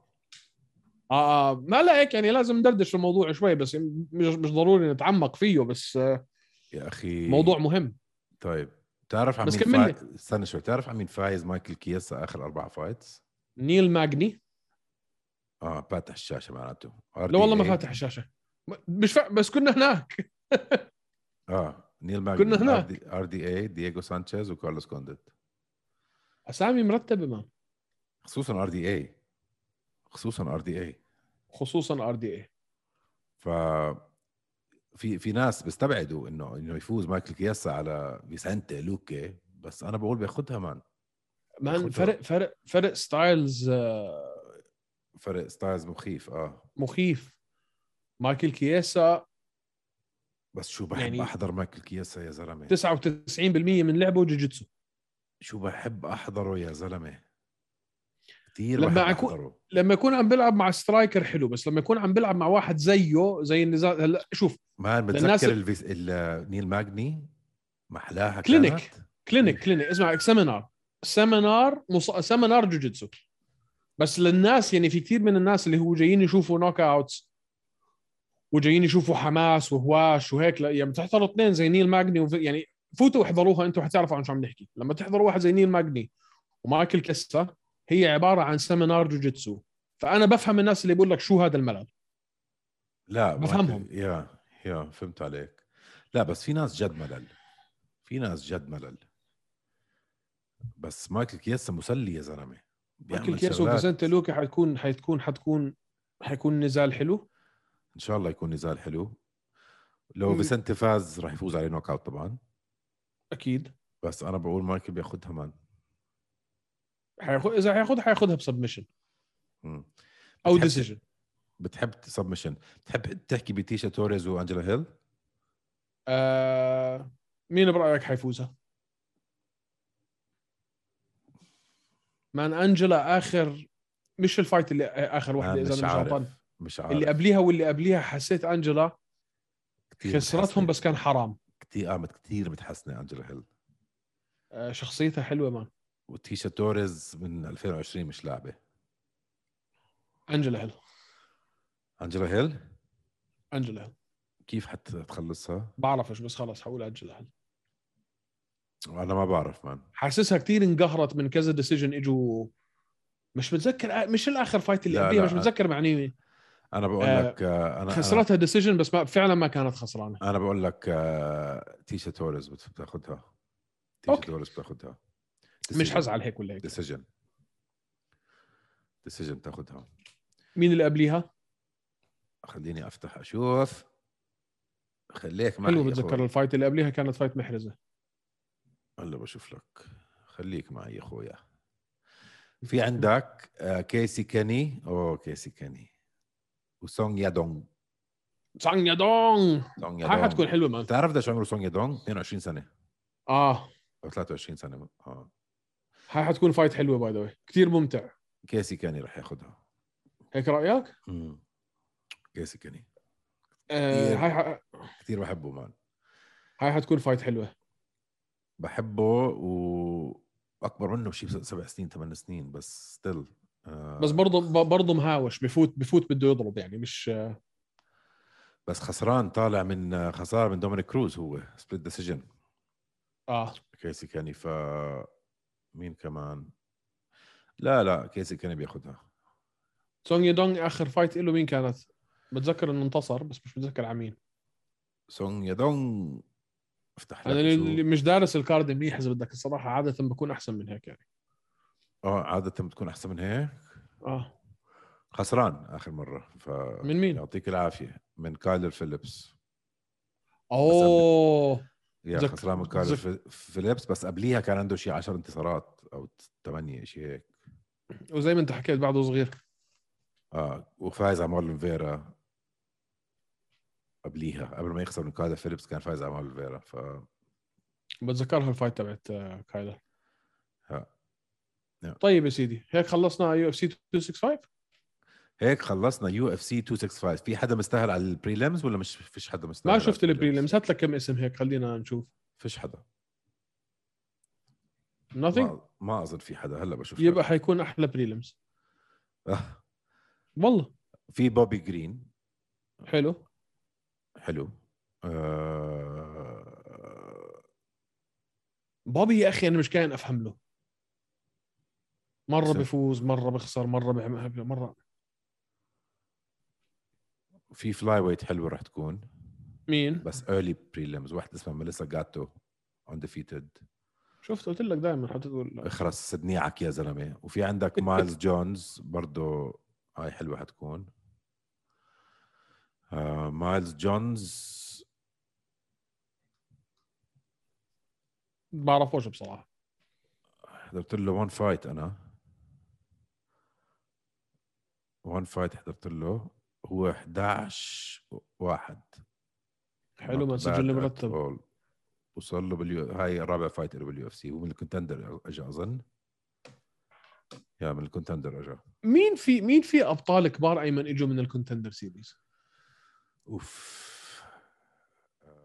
C: اه آه، ما لا هيك يعني لازم ندردش في الموضوع شوي بس مش مش ضروري نتعمق فيه بس آه،
B: يا اخي
C: موضوع مهم
B: طيب تعرف عن
C: بس
B: مين
C: كمل
B: فا... استنى شوي تعرف عن مين فايز مايكل كيسا اخر اربع فايتس؟
C: نيل ماجني
B: اه فاتح الشاشه معناته
C: لا والله ما
B: RDA.
C: فاتح الشاشه مش فا... بس كنا هناك
B: اه نيل ماجني
C: كنا هناك.
B: ار دي اي دييغو سانشيز وكارلوس كونديت
C: اسامي مرتبه ما
B: خصوصا ار دي اي خصوصا ار دي اي
C: خصوصا ار دي إيه. اي
B: ف في في ناس بيستبعدوا انه انه يفوز مايكل كياسا على فيسنتي لوكي بس انا بقول بياخذها مان
C: مان
B: ياخدها.
C: فرق فرق فرق ستايلز آه،
B: فرق ستايلز مخيف اه
C: مخيف مايكل كياسا
B: بس شو بحب
C: يعني-
B: يعني... احضر مايكل كياسا يا زلمه
C: 99% من لعبه جوجيتسو
B: شو بحب احضره يا زلمه كثير
C: لما
B: لما بحب
C: أكو-
B: احضره
C: لما يكون عم بيلعب مع سترايكر حلو بس لما يكون عم بيلعب مع واحد زيه زي النزال هلا شوف
B: مان
C: للناس-
B: بتذكر الفيس... ال... نيل ماجني محلاها
C: كلينيك.
B: كانت
C: كلينيك كلينيك اسمع سيمينار سيمينار مص... سيمينار جوجيتسو بس للناس يعني في كثير من الناس اللي هو جايين يشوفوا نوك اوتس وجايين يشوفوا حماس وهواش وهيك لا يعني بتحضروا اثنين زي نيل ماجني وف... يعني فوتوا احضروها انتم حتعرفوا عن شو عم نحكي لما تحضروا واحد زي نيل ماجني ومايكل كيسا هي عباره عن سيمينار جوجيتسو فانا بفهم الناس اللي بيقول لك شو هذا الملل
B: لا ما-
C: بفهمهم.
B: يا يا فهمت عليك لا بس في ناس جد ملل في ناس جد ملل بس مايكل كياسا مسلي يا زلمه بيعمل
C: مايكل كيسا
B: شغلات.
C: وفيسنتي لوكا حتكون حتكون حتكون حيكون نزال حلو
B: ان شاء الله يكون نزال حلو لو
C: مم.
B: فيسنتي فاز رح يفوز عليه نوك اوت طبعا
C: اكيد
B: بس انا بقول مايكل بياخذها مان
C: حياخد اذا حياخذها حياخذها بسبمشن
B: مم.
C: او
B: بتحب-
C: ديسيجن
B: بتحب سبمشن بتحب تحكي بتيشا توريز وانجلا هيل
C: آه مين برايك حيفوزها؟ مان انجلا اخر مش الفايت اللي اخر وحده
B: أنا
C: اذا
B: آه، مش
C: انا مش غلطان
B: عارف آه. مش عارف
C: اللي قبليها واللي قبليها حسيت انجلا
B: كتير
C: خسرتهم
B: متحسنة.
C: بس كان حرام
B: كتير قامت كتير متحسنه انجلا هيل
C: آه شخصيتها حلوه مان
B: وتيشا توريز من 2020 مش لاعبه
C: انجلا هيل
B: انجلا هيل
C: انجلا هيل
B: كيف حتخلصها؟
C: بعرفش بس خلاص حقول انجلا هيل
B: انا ما بعرف مان
C: حاسسها كثير انقهرت من كذا ديسيجن اجوا مش متذكر آه، مش الاخر فايت اللي
B: لا،
C: قبليها
B: لا.
C: مش متذكر مع مين
B: انا بقول
C: آه،
B: لك آه، انا
C: خسرتها ديسيجن بس ما فعلا ما كانت خسرانه
B: انا, أنا بقول لك آه، تيشا توريز بت- بتاخذها تيشا
C: أوكي.
B: توريز بتاخذها آه،
C: مش حزعل هيك ولا هيك
B: ديسيجن ديسيجن بتاخذها
C: مين اللي قبليها؟
B: خليني افتح اشوف خليك معي
C: حلو
B: يا
C: بتذكر
B: أخوي.
C: الفايت اللي قبليها كانت فايت محرزه
B: هلا بشوف لك خليك معي يا اخويا في عندك آه، كيسي كاني اوه كيسي كاني وسونغ يادونغ
C: سانج يا دونغ
B: سونغ
C: هاي
B: يادونغ
C: حتكون حلوه مان
B: بتعرف ده شو عمره سونغ يادونغ 22 سنه
C: اه
B: او 23 سنه اه
C: هاي حتكون فايت حلوه باي ذا كثير ممتع
B: كيسي كاني رح ياخذها
C: هيك آه، رايك؟
B: كيسي كاني
C: آه
B: كتير.
C: هاي ح...
B: كثير بحبه مان
C: هاي حتكون فايت حلوه
B: بحبه واكبر منه بشي سبع سنين ثمان سنين بس ستيل آه
C: بس برضه ب- برضه مهاوش بفوت بفوت بده يضرب يعني مش
B: بس خسران طالع من آه، خساره من دومينيك كروز هو سبليت ديسيجن
C: اه
B: كيسي كاني ف مين كمان لا لا كيسي كاني بياخذها
C: سونج يا دونغ اخر فايت له مين كانت؟ بتذكر انه انتصر بس مش متذكر على مين
B: سونغ يادونغ افتح لك
C: انا اللي
B: أشوف.
C: مش دارس الكارد منيح اذا بدك الصراحه
B: آه،
C: عاده بكون احسن من هيك يعني
B: اه عاده بتكون احسن من هيك
C: اه
B: خسران اخر مره ف
C: من مين؟
B: يعطيك العافيه من كايلر فيليبس
C: اوه
B: يا
C: زك-
B: خسران من كايلر
C: زك-
B: في- فيليبس بس قبليها كان عنده شيء 10 انتصارات او 8 شيء هيك
C: وزي ما انت حكيت بعده صغير
B: اه وفايز على مارلون فيرا قبليها قبل ما يخسر من كايلر فيليبس كان فايز على مارلون فيرا ف
C: بتذكرها الفايت تبعت آه، كايلر
B: ها. طيب، نعم.
C: طيب يا سيدي هيك خلصنا يو اف سي 265
B: هيك خلصنا يو اف سي 265 في حدا مستاهل على البريلمز ولا مش فيش حدا مستاهل
C: ما
B: على
C: شفت البريلمز هات لك كم اسم هيك خلينا نشوف
B: فيش حدا
C: nothing
B: ما, ما اظن في حدا هلا بشوف
C: يبقى حيكون احلى بريلمز
B: آه،
C: والله
B: في بوبي جرين
C: حلو
B: حلو آه،
C: بوبي يا اخي انا مش كاين افهم له مره
B: صح.
C: بفوز مره بخسر مره بيعمل مره
B: في فلاي ويت حلوه رح تكون
C: مين
B: بس ايرلي بريلمز واحد اسمها ميليسا جاتو اندفيتد
C: شفت قلت لك دائما حتى تقول
B: اخرس صدنيعك يا زلمه وفي عندك مايلز جونز برضه هاي حلوه حتكون آه مايلز جونز
C: بعرفوش بصراحه
B: حضرت له وان فايت انا وان فايت حضرت له هو 11 واحد
C: حلو ما
B: Not
C: سجل
B: bad at
C: مرتب
B: all. وصل له باليو هاي رابع فايت له باليو اف سي هو من الكونتندر اجى اظن يا من الكونتندر اجى
C: مين في مين في ابطال كبار ايمن اجوا من الكونتندر سيريز
B: اوف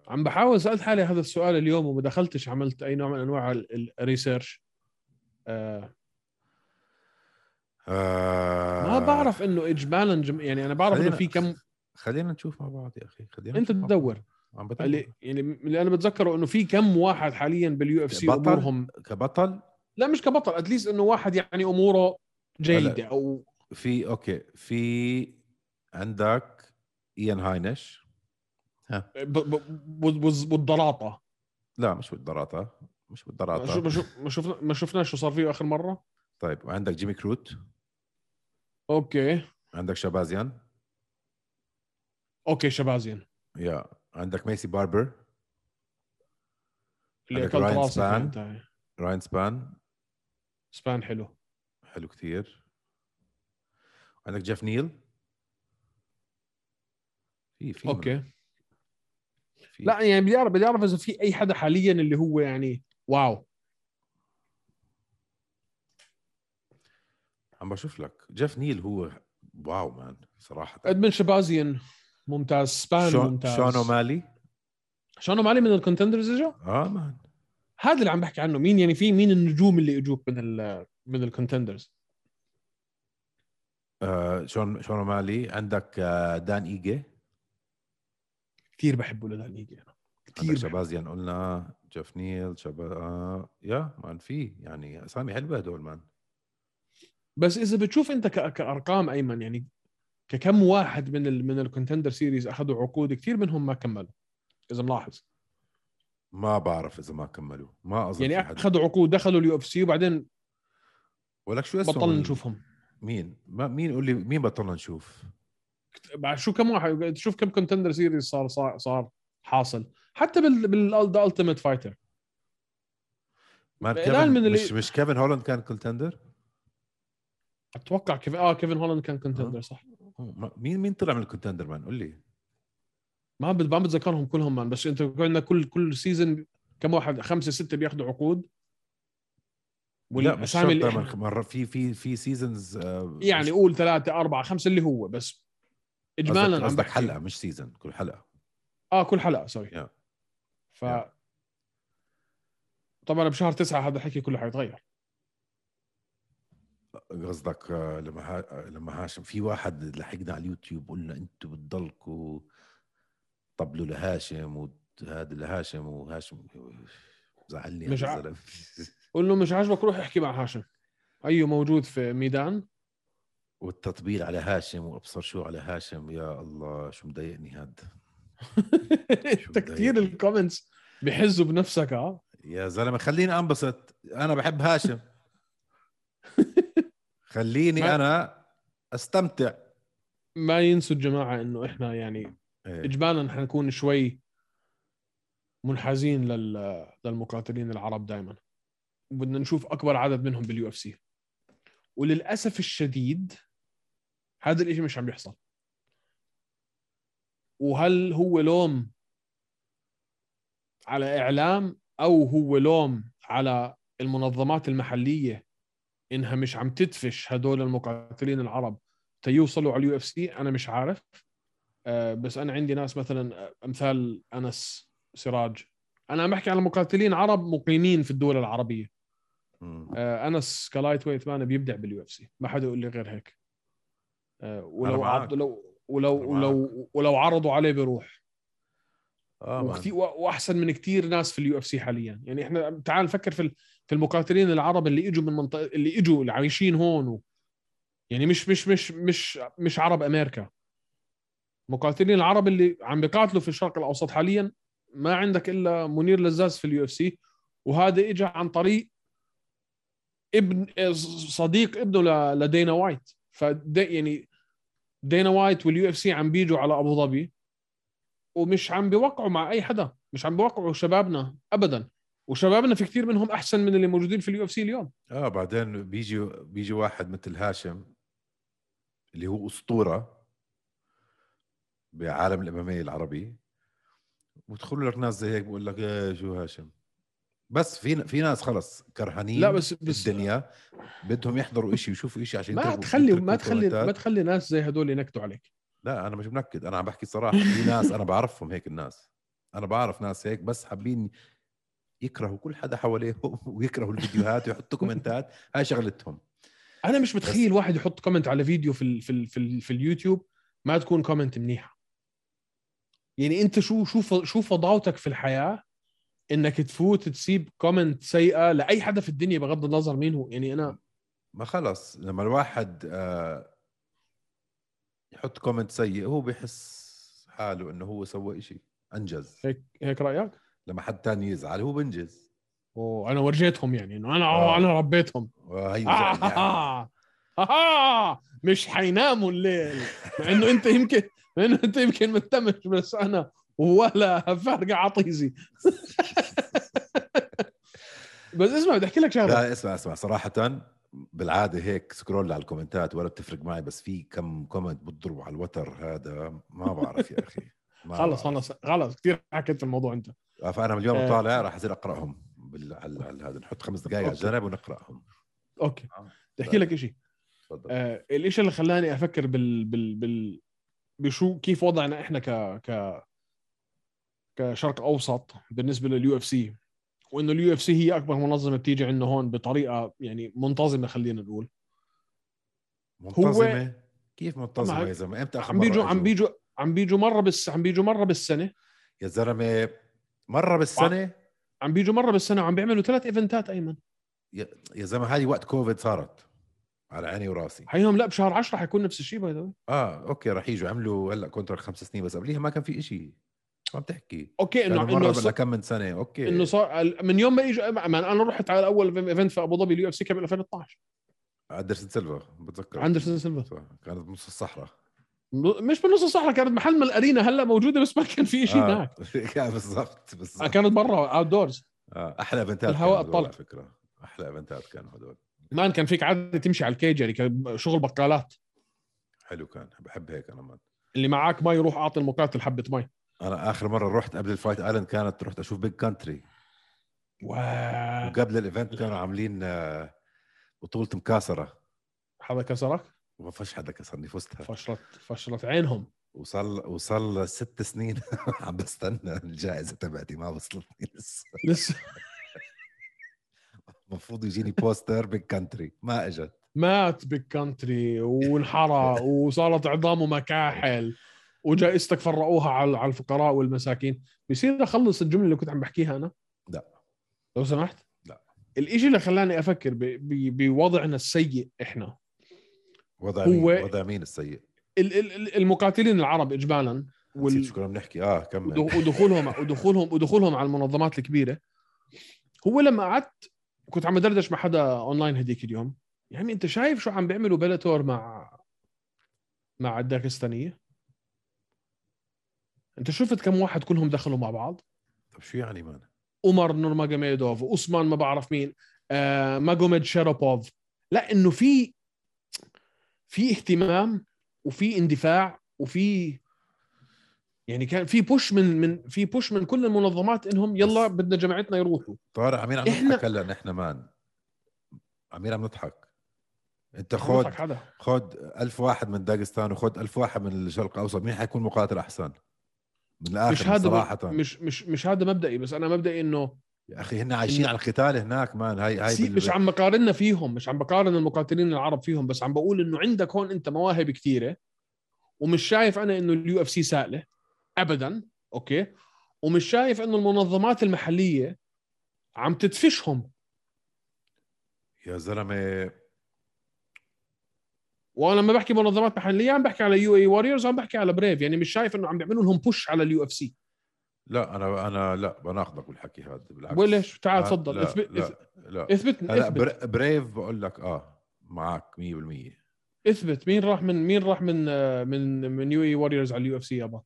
C: عم بحاول سالت حالي هذا السؤال اليوم وما دخلتش عملت اي نوع من انواع ال- الريسيرش آه
B: آه
C: ما بعرف انه اجمالا جم... يعني انا بعرف انه
B: خلينا-
C: في كم
B: خلينا نشوف مع بعض يا اخي خلينا
C: انت
B: نشوف مع بعض.
C: تدور
B: عم بدور
C: اللي يعني اللي انا بتذكره انه في كم واحد حاليا باليو اف سي
B: بطل؟
C: امورهم
B: كبطل
C: لا مش كبطل اتليست انه واحد يعني اموره جيده او
B: في اوكي في عندك ايان هاينش
C: ب- ب- ب- بز- بالضراطه
B: لا مش بالدراطة مش
C: ما شو-
B: بالدراطة
C: ما شو- ما شفنا ما شفناش شو صار فيه اخر مره
B: طيب وعندك جيمي كروت
C: اوكي
B: عندك شابازيان
C: اوكي شبازين
B: يا عندك ميسي باربر
C: اللي
B: عندك
C: اكلت
B: راين
C: راسي
B: سبان.
C: كانت.
B: راين سبان
C: سبان حلو
B: حلو كثير عندك جيف نيل في في
C: اوكي
B: في
C: لا يعني بدي اعرف بدي اعرف اذا في اي حدا حاليا اللي هو يعني واو
B: عم بشوف لك جيف نيل هو واو مان صراحة
C: ادمن شبازيان ممتاز سبان
B: شون
C: ممتاز
B: شون اومالي
C: شانو مالي من الكونتندرز اجا
B: اه مان
C: هذا اللي عم بحكي عنه مين يعني في مين النجوم اللي اجوك من ال من الكونتندرز
B: آه شون شون اومالي عندك آه دان ايجي
C: كثير بحبه لدان ايجي انا
B: عندك
C: كثير بحبه.
B: شبازيان قلنا جيف نيل شبا آه يا مان في يعني اسامي حلوه هدول مان
C: بس اذا بتشوف انت ك- كارقام ايمن يعني ككم واحد من ال من الكونتندر سيريز اخذوا عقود كثير منهم ما كملوا اذا ملاحظ
B: ما بعرف اذا ما كملوا ما اظن
C: يعني
B: في حدا.
C: اخذوا عقود دخلوا اليو اف سي وبعدين
B: ولك شو اسمه
C: بطلنا نشوفهم
B: مين ما مين قول لي مين بطلنا نشوف
C: بعد شو كم واحد شوف كم كونتندر سيريز صار صار, صار حاصل حتى بال بالالتيميت فايتر
B: مان
C: الآن
B: كيفن
C: من
B: من
C: اللي-
B: مش مش كيفن هولاند كان كونتندر
C: اتوقع كيف اه كيفن هولاند كان
B: أه.
C: كونتندر صح
B: مين مين طلع من الكونتندر مان قول لي
C: ما بت- ما بتذكرهم كلهم مان بس انت قلنا كل كل سيزون كم واحد خمسه سته بياخذوا عقود
B: لا مش
C: والاسامي اللي
B: شرط
C: إحنا-
B: من مرة في في في آه، سيزونز
C: يعني قول ثلاثه اربعه خمسه اللي هو بس اجمالا عم
B: قصدك
C: بحكي
B: حلقه مش سيزون كل حلقه
C: اه كل حلقه سوري
B: Yeah.
C: ف طبعا بشهر تسعة هذا الحكي كله حيتغير
B: قصدك آه، لما ها... آه، لما هاشم في واحد لحقنا على اليوتيوب قلنا انتوا بتضلكوا طبلوا لهاشم وهذا لهاشم وهاشم زعلني
C: مش
B: هذا
C: ع-
B: الزلمة.
C: قول له مش عاجبك روح احكي مع هاشم ايوه موجود في ميدان
B: والتطبيل على هاشم وابصر شو على هاشم يا الله شو مضايقني هاد
C: انت كثير الكومنتس بحزوا بنفسك اه
B: يا زلمه خليني انبسط انا بحب هاشم خليني
C: ما-
B: انا استمتع
C: ما ينسوا الجماعه انه احنا يعني
B: إيه.
C: اجمالا حنكون شوي منحازين لل... للمقاتلين العرب دائما وبدنا نشوف اكبر عدد منهم باليو اف سي وللاسف الشديد هذا الشيء مش عم يحصل وهل هو لوم على اعلام او هو لوم على المنظمات المحليه انها مش عم تدفش هدول المقاتلين العرب تيوصلوا على اليو اف سي انا مش عارف آه، بس انا عندي ناس مثلا آه، امثال انس سراج انا عم بحكي على مقاتلين عرب مقيمين في الدول العربيه
B: مم.
C: آه، انس كلايت ويت مان بيبدع باليو اف سي ما حدا يقول لي غير هيك آه، ولو
B: أنا معك.
C: عرض لو ولو
B: أنا
C: ولو ولو عرضوا عليه بيروح
B: اه مان.
C: وكثير واحسن من كثير ناس في اليو اف سي حاليا يعني احنا تعال نفكر في ال- في المقاتلين العرب اللي اجوا من منطقه اللي اجوا اللي عايشين هون و... يعني مش مش مش مش مش عرب امريكا مقاتلين العرب اللي عم بيقاتلوا في الشرق الاوسط حاليا ما عندك الا منير لزاز في اليو اف سي وهذا اجى عن طريق ابن صديق ابنه ل- لدينا وايت ف يعني دينا وايت واليو اف سي عم بيجوا على ابو ظبي ومش عم بيوقعوا مع اي حدا مش عم بيوقعوا شبابنا ابدا وشبابنا في كثير منهم احسن من اللي موجودين في اليو اف سي اليوم
B: اه بعدين بيجي بيجي واحد مثل هاشم اللي هو اسطوره بعالم الاماميه العربي وبدخلوا لك ناس زي هيك بقول لك ايه شو هاشم بس في في ناس خلص كرهانين
C: لا بس بس
B: الدنيا بدهم يحضروا إشي ويشوفوا إشي عشان
C: ما
B: يتركوا-
C: تخلي
B: يتركوا
C: ما تخلي
B: كومنتات.
C: ما تخلي ناس زي هدول ينكتوا عليك
B: لا انا مش منكد انا عم بحكي صراحه في ناس انا بعرفهم هيك الناس انا بعرف ناس هيك بس حابين يكرهوا كل حدا حواليهم ويكرهوا الفيديوهات ويحطوا كومنتات هاي شغلتهم
C: انا مش متخيل واحد يحط كومنت على فيديو في ال في ال في, ال في اليوتيوب ما تكون كومنت منيحه يعني انت شو شو شو فضاوتك في الحياه انك تفوت تسيب كومنت سيئه لاي حدا في الدنيا بغض النظر مين هو يعني انا
B: ما خلص لما الواحد آه، يحط كومنت سيء هو بيحس حاله انه هو سوى إشي انجز
C: هيك هيك رايك
B: لما حد تاني يزعل هو بنجز
C: وانا ورجيتهم يعني انه انا
B: آه.
C: انا ربيتهم
B: وهي زعل يعني.
C: آه آه مش حيناموا الليل مع انه انت يمكن مع انه انت يمكن متمش بس انا ولا فرقه عطيزي بس اسمع بدي احكي لك شغله
B: لا اسمع اسمع صراحة بالعادة هيك سكرول على الكومنتات ولا بتفرق معي بس في كم كومنت بتضرب على الوتر هذا ما بعرف يا اخي ما
C: خلص
B: بعرف.
C: خلص خلص كثير حكيت في الموضوع انت
B: فانا من اليوم
C: آه.
B: طالع راح اصير اقراهم بال... على على هذا نحط خمس دقائق على
C: أوكي.
B: الجنب ونقراهم
C: اوكي
B: آه.
C: بدي احكي لك شيء
B: تفضل
C: آه الشيء اللي خلاني افكر بال بال بال بشو كيف وضعنا احنا ك ك كشرق اوسط بالنسبه لليو اف سي وانه اليو اف سي هي اكبر منظمه بتيجي عندنا هون بطريقه يعني منتظمه خلينا نقول
B: منتظمة كيف منتظمة
C: طبعاً.
B: يا زلمة امتى اخر
C: عم
B: مرة
C: بيجوا عم
B: إجوا؟
C: بيجوا عم بيجوا مره بس عم بيجوا مره بالسنه
B: يا زلمة مرة بالسنة
C: عم بيجوا مره بالسنه وعم بيعملوا ثلاث ايفنتات ايمن
B: يا زلمة هذه وقت كوفيد صارت على عيني وراسي
C: حيهم لا بشهر 10 حيكون نفس الشيء باي ذا
B: اه اوكي راح يجوا عملوا هلا كونتراكت خمس سنين بس قبليها ما كان في إشي شو عم تحكي
C: اوكي انه
B: انه مره
C: انه
B: ولا
C: ص-
B: يعني كم من سنه اوكي
C: انه صار من يوم ما اجوا أما انا رحت على اول ايفنت في ابو ظبي اليو اف سي كان 2012
B: اندرسون سيلفا بتذكر
C: اندرسون سيلفا
B: صح كانت بنص الصحراء
C: مش بنص الصحراء كانت محل ما الارينا هلا موجوده بس ما كان في شيء
B: آه،
C: هناك آه،
B: كان بالضبط بالضبط
C: كانت برا اوت دورز
B: آه. احلى ايفنتات
C: الهواء
B: كانوا هدول
C: الطلق.
B: على فكره احلى ايفنتات كانوا هدول
C: مان كان فيك عاده تمشي على الكيج يعني كان شغل بقالات
B: حلو كان بحب هيك انا مان
C: اللي معاك مي روح اعطي المقاتل حبه مي
B: انا اخر مره رحت قبل الفايت ايلاند كانت رحت اشوف بيج كانتري
C: واو
B: وقبل الايفنت كانوا عاملين آه، بطوله مكاسره
C: حدا كسرك
B: وما فيش حدا كسرني فزتها
C: فشرت فشرت عينهم
B: وصل وصل ست سنين عم بستنى الجائزه تبعتي ما وصلتني لسه
C: لسه
B: المفروض يجيني بوستر بيج كانتري ما اجت
C: مات بالكانتري وانحرق وصارت عظامه مكاحل وجائزتك فرقوها على على الفقراء والمساكين بصير اخلص الجمله اللي كنت عم بحكيها انا
B: لا.
C: لو سمحت
B: لا.
C: الإشي اللي خلاني افكر ب- ب- بوضعنا السيء احنا
B: وضع
C: هو-
B: مين وضع مين السيء
C: ال- ال- ال- المقاتلين العرب اجمالا
B: وال...
C: وال...
B: شو كنا بنحكي اه كمل
C: ودخ- ودخولهم ودخولهم ودخولهم على المنظمات الكبيره هو لما قعدت يعني كنت عم بدردش مع حدا اونلاين هديك اليوم يا عمي انت شايف شو عم بيعملوا بلاتور مع مع الداغستانيه انت شفت كم واحد كلهم دخلوا مع بعض
B: طب شو يعني مان
C: عمر نورماجاميدوف وعثمان ما بعرف مين آه ماجوميد شيروبوف لا انه في في اهتمام وفي اندفاع وفي يعني كان في بوش من من في بوش من كل المنظمات انهم يلا بدنا جماعتنا يروحوا
B: طارق عمين عم
C: إحنا-
B: نضحك هلا نحن مان عمين عم نضحك انت خد
C: روحك حدا
B: خد ألف واحد من داغستان وخد ألف واحد من الشرق الأوسط مين حيكون مقاتل أحسن من الآخر
C: مش هذا
B: صراحة
C: ب- مش مش مش هذا مبدئي بس انا مبدئي انه
B: يا أخي هن عايشين
C: إن-
B: على القتال هناك مان هاي هاي
C: سي-
B: بال-
C: مش عم بقارننا فيهم مش عم بقارن المقاتلين العرب فيهم بس عم بقول انه عندك هون انت مواهب كثيره ومش شايف انا انه اليو اف سي سائله ابدا اوكي ومش شايف انه المنظمات المحليه عم تدفشهم
B: يا زلمة
C: وانا لما بحكي منظمات محليه عم بحكي على يو اي واريورز عم بحكي على بريف يعني مش شايف انه عم بيعملوا لهم بوش على اليو اف سي
B: لا أنا أنا لا بناخذك بالحكي هذا بالعكس
C: وليش تعال
B: آه،
C: تفضل
B: لا
C: اثبت
B: لا, لا.
C: اثبت
B: هلا
C: اثبت
B: بر... بريف بقول لك اه معك 100%
C: اثبت مين راح من مين راح من آه، من من يو اي واريورز على اليو اف سي يابا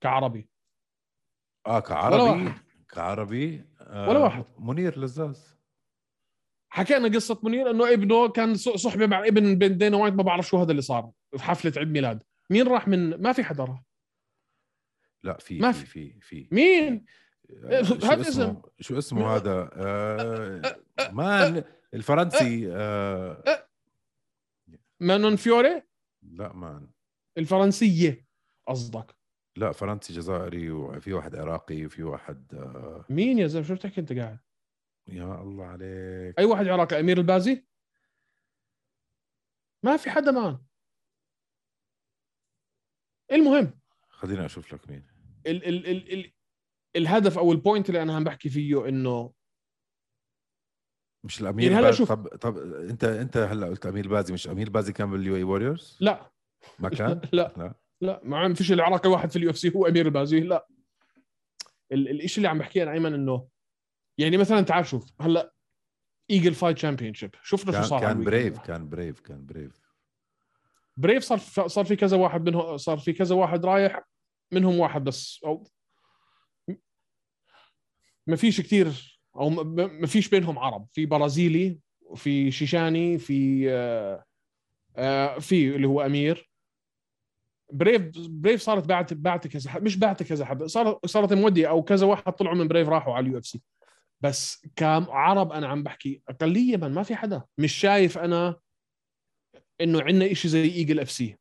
C: كعربي
B: اه
C: ولا
B: كعربي
C: واحد.
B: كعربي آه
C: ولا واحد.
B: منير لزاز
C: حكينا قصه منير انه ابنه كان ص- صحبه مع ابن بن دينا وايت ما بعرف شو هذا اللي صار في حفله عيد ميلاد مين راح من ما في حدا راح
B: لا في
C: ما
B: في في في
C: مين
B: آه، شو
C: هذا اسم.
B: اسمه شو اسمه هذا آه مان الفرنسي آه
C: مانون فيوري
B: لا مان
C: الفرنسيه قصدك
B: لا فرنسي جزائري وفي واحد عراقي وفي واحد آه
C: مين يا زلمه شو بتحكي انت قاعد
B: يا الله عليك
C: اي واحد عراقي امير البازي ما في حدا مان المهم
B: خليني اشوف لك مين
C: ال ال ال ال الهدف او البوينت اللي انا عم بحكي فيه انه
B: مش الامير
C: يعني هلا
B: باز-
C: شوف.
B: طب طب انت انت هلا قلت امير بازي مش امير بازي كان باليو اي ووريرز
C: لا
B: ما كان
C: لا
B: لا.
C: لا ما فيش العراقي واحد في اليو اف سي هو امير البازي لا ال- الاشي اللي عم بحكيه انا ايمن انه يعني مثلا تعال شوف هلا ايجل فايت شامبيون شيب شفنا شو
B: كان,
C: صار على
B: كان
C: الويكند.
B: بريف كان بريف كان بريف
C: بريف صار صار في كذا واحد منهم صار في كذا واحد رايح منهم واحد بس او ما فيش كثير او ما- ما ما فيش بينهم عرب في برازيلي وفي شيشاني في آه، آه، في اللي هو امير بريف بريف صارت بعت بعت كذا حد مش بعت كذا حد صارت صارت مودي او كذا واحد طلعوا من بريف راحوا على اليو اف سي بس كام عرب انا عم بحكي اقليه من ما في حدا مش شايف انا انه عندنا إشي زي ايجل اف سي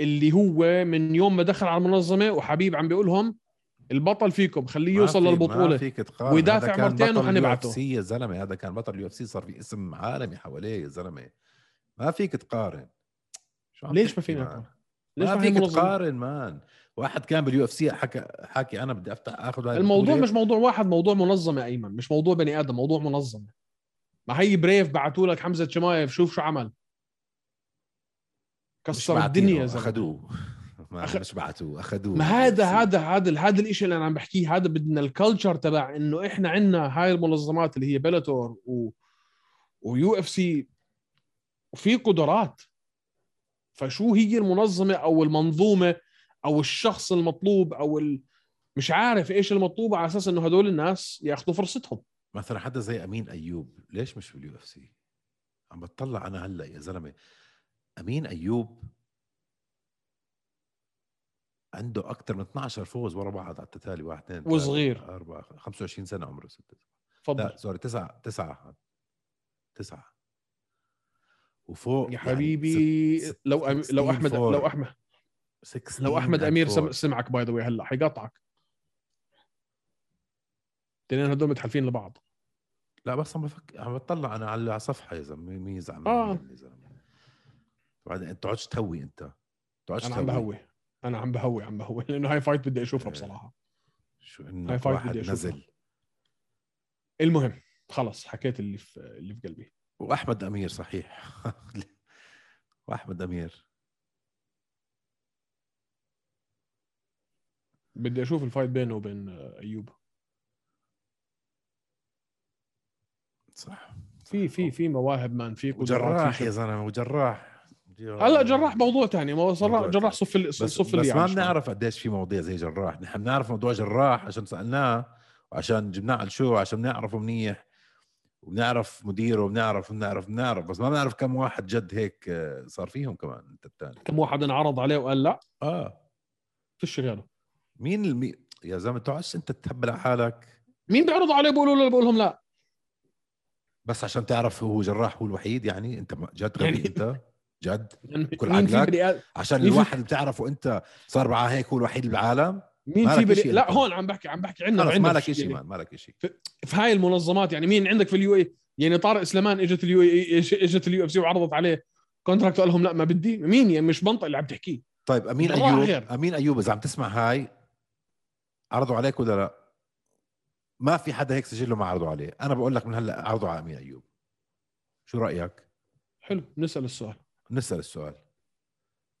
C: اللي هو من يوم ما دخل على المنظمه وحبيب عم بيقول لهم البطل فيكم خليه
B: ما
C: يوصل
B: في- ما
C: للبطوله
B: فيك تقارن
C: ويدافع
B: هذا كان
C: مرتين
B: بطل
C: وحنبعته.
B: UFC يا زلمه هذا كان بطل يو اف سي صار في اسم عالمي حواليه يا زلمه ما فيك تقارن شو عم
C: ليش ما
B: تحكي
C: فينا
B: مان؟
C: نقارن؟ ليش
B: يعني ما
C: ما
B: فيك
C: هي منظمة؟
B: تقارن مان واحد كان باليو اف سي حكى حكي انا بدي افتح اخذ هاي
C: الموضوع
B: البطولة.
C: مش موضوع واحد موضوع منظمه ايمن مش موضوع بني ادم موضوع منظمه ما هي بريف بعثوا لك حمزه شمايف شوف شو عمل
B: مش
C: كسر
B: بعتينه،
C: الدنيا يا زلمه
B: اخذوه ما
C: أخ-
B: مش بعتوه اخذوه
C: ما هذا هذا هذا هذا الشيء اللي انا عم بحكيه هذا بدنا الكلتشر تبع انه احنا عندنا هاي المنظمات اللي هي بلاتور و ويو اف سي وفي قدرات فشو هي المنظمه او المنظومه او الشخص المطلوب او ال... مش عارف ايش المطلوب على اساس انه هدول الناس ياخذوا فرصتهم
B: مثلا حدا زي امين ايوب ليش مش باليو اف سي عم بتطلع انا هلا يا زلمه امين ايوب عنده اكثر من 12 فوز ورا بعض على التتالي واحد اثنين ثلاثة،
C: وصغير.
B: أربعة 25 سنه عمره ستة
C: تفضل
B: لا سوري تسعة تسعة تسعة وفوق
C: يا
B: يعني
C: حبيبي
B: ست-
C: لو أم- لو
B: 16
C: احمد
B: فور.
C: لو احمد
B: ست-
C: لو احمد
B: 16
C: امير
B: and
C: سم...
B: four.
C: سمعك باي ذا واي هلا حيقاطعك الاثنين هدول متحالفين لبعض
B: لا بس عم بفكر عم بطلع انا على صفحه يا زلمه مين- مين يزعم
C: آه.
B: مين يا زلمه بعدين انت تقعدش تهوي انت تقعدش
C: انا عم
B: تهوي.
C: بهوي انا عم بهوي عم بهوي لانه هاي فايت بدي اشوفها
B: إيه.
C: بصراحه
B: شو
C: هاي
B: انك
C: فايت
B: واحد
C: بدي أشوفها.
B: نزل
C: المهم خلص حكيت اللي في اللي في قلبي
B: واحمد امير صحيح واحمد امير
C: بدي اشوف الفايت بينه وبين آه، ايوب
B: صح
C: في في في مواهب مان في قدرات
B: وجراح
C: في
B: يا
C: شغل.
B: زلمه وجراح
C: هلا جراح موضوع تاني ما هو صراحه
B: موضوع
C: جراح
B: تاني.
C: صف ال-
B: بس,
C: صف
B: بس
C: الياع
B: ما
C: شوي.
B: بنعرف قديش في مواضيع زي جراح نحن بنعرف موضوع جراح عشان سالناه وعشان جبناه على الشو عشان بنعرفه منيح وبنعرف مديره وبنعرف بنعرف بنعرف بس ما بنعرف كم واحد جد هيك آه، صار فيهم كمان انت الثاني
C: كم واحد انعرض عليه وقال لا
B: اه
C: فيش غيره
B: مين المي... يا زلمه تعش انت تهبل على حالك
C: مين بيعرضوا عليه بيقولوا له بقول لهم لا
B: بس عشان تعرف هو جراح هو الوحيد يعني انت ما- جد غبي
C: يعني-
B: انت جد
C: يعني
B: كل
C: مين في
B: عقلك.
C: بني آد-
B: عشان
C: مين في-
B: الواحد اللي بتعرفه انت صار معاه هيك هو الوحيد بالعالم
C: مين
B: مالك
C: في بني...
B: إشي
C: لا
B: أنت.
C: هون عم بحكي عم بحكي عندنا
B: خلص
C: عندنا
B: مالك
C: في-
B: شيء
C: يعني
B: مان مالك شيء
C: في هاي المنظمات يعني مين عندك في اليو اي يعني طارق سليمان اجت اليو اي اجت اليو اف سي وعرضت عليه كونتراكت وقال لهم لا ما بدي مين يعني مش منطق اللي عم تحكيه
B: طيب امين
C: جراح
B: ايوب
C: غير.
B: امين ايوب اذا عم تسمع هاي عرضوا عليك ولا لا؟ ما في حدا هيك سجله ما عرضوا عليه، انا بقول لك من هلا عرضوا على امين ايوب. شو رايك؟
C: حلو نسال السؤال
B: نسال السؤال.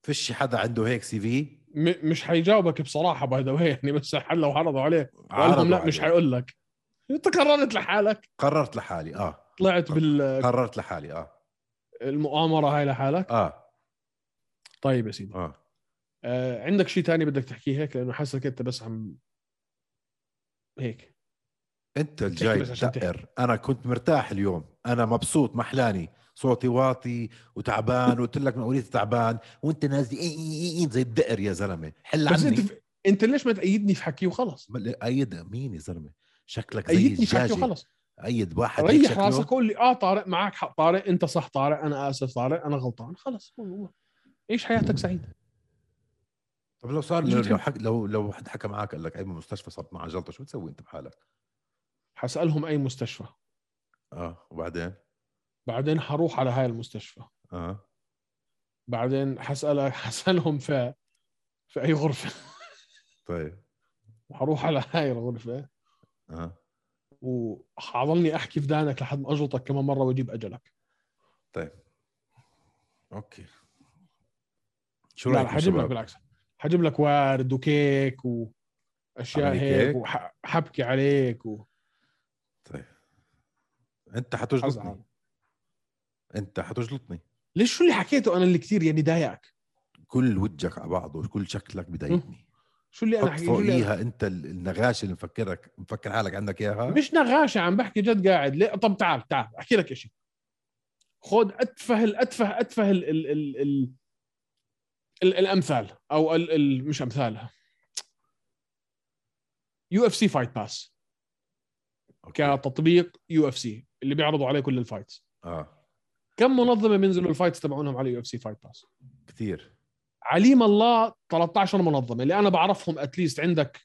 B: فيش حدا عنده هيك سي في؟
C: م... مش حيجاوبك بصراحه باي ذا يعني بس حل لو عرضوا عليه وقال
B: عرضوا
C: لهم لا
B: عليه.
C: مش حيقول لك انت قررت لحالك
B: قررت لحالي اه
C: طلعت
B: قررت لحالي اه
C: بالمؤامره هاي لحالك
B: اه
C: طيب يا سيدي
B: اه
C: آه عندك شيء تاني بدك تحكيه هيك لانه حاسك انت بس عم هيك
B: انت الجاي
C: بس عشان تحكي.
B: بتدقر انا كنت مرتاح اليوم انا مبسوط محلاني صوتي واطي وتعبان وقلت لك مقوليتي تعبان وانت نازل إيه، إي- إي- إي- إي زي الدقر يا زلمه حل
C: بس
B: عني
C: انت في... انت ليش ما تأيدني في حكي وخلص
B: بل- ايد مين يا زلمه شكلك زي
C: أيدني في حكي
B: الدجاجه
C: وخلص
B: ايد واحد هيك
C: ريح
B: شكله.
C: راسك قول لي اه طارق معك حق طارق انت صح طارق انا اسف طارق انا غلطان خلص ايش حياتك سعيده
B: طب لو صار
C: شو
B: لو
C: بتحب؟
B: لو, حك... لو لو حد حكى معك قال لك اي مستشفى صرت معها جلطه شو بتسوي انت بحالك
C: حسالهم اي مستشفى
B: اه وبعدين
C: بعدين حروح على هاي المستشفى
B: اه
C: بعدين حسألك حسألهم في في اي غرفه
B: طيب
C: وحروح على هاي الغرفه
B: اه
C: وحضلني احكي في دانك لحد ما اجلطك كمان مره واجيب اجلك
B: اوكي شو
C: لا
B: رايك
C: لا حجيب لك بالعكس حجيب لك ورد وكيك واشياء
B: أعمل
C: هيك
B: كيك؟
C: وحبكي عليك و...
B: انت طيب. حتجلطني
C: أزعل.
B: انت حتجلطني
C: ليش شو اللي حكيته انا اللي كثير يعني ضايقك
B: كل وجهك على بعضه وكل شكلك بضايقني
C: شو اللي انا
B: حط
C: حكيته شو اللي أنا-
B: فوقيها انت ال- النغاشه اللي مفكرك مفكر حالك عندك اياها
C: مش نغاشه عم بحكي جد قاعد ليه طب تعال تعال احكي لك شيء خذ اتفه الاتفه اتفه ال ال ال ال ال الامثال او ال ال مش امثالها يو اف سي فايت باس
B: أوكي.
C: كتطبيق يو اف سي اللي بيعرضوا عليه كل الفايتس
B: اه
C: كم منظمه بينزلوا الفايتس تبعونهم على يو اف سي فايت باس
B: كثير
C: عليم الله 13 منظمه اللي انا بعرفهم اتليست عندك E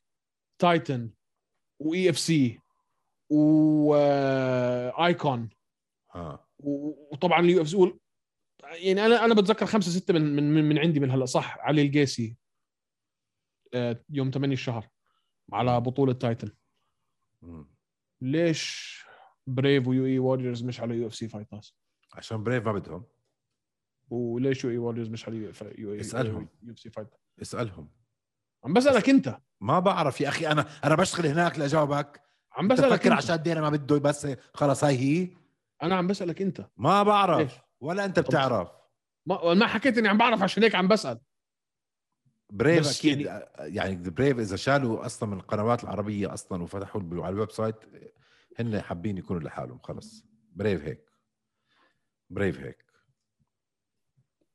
C: تايتن واي اف سي وايكون
B: اه
C: وطبعا اليو اف سي يعني انا انا بتذكر خمسه سته من من من- من عندي من هلا صح علي القيسي آه، يوم 8 الشهر على بطوله تايتن
B: مم.
C: ليش بريف ويو اي ووريرز مش على يو اف سي فايت باس
B: عشان بريف ما بدهم
C: وليش يو اي ووريرز مش على يو اي
B: اسألهم.
C: يو اف سي فايت باس
B: اسالهم
C: عم بسالك انت
B: ما بعرف يا اخي انا انا بشتغل هناك لاجاوبك
C: عم بسالك
B: بفكر
C: انت.
B: عشان دينا ما بده بس خلص هاي هي
C: انا عم بسالك انت
B: ما
C: ليش؟
B: بعرف ولا انت بتعرف
C: ما, ما حكيت اني عم بعرف عشان هيك عم بسال
B: بريف
C: بس
B: اكيد يعني بريف اذا شالوا اصلا من القنوات العربيه اصلا وفتحوا الب- على الويب سايت هن حابين يكونوا لحالهم خلص بريف هيك بريف هيك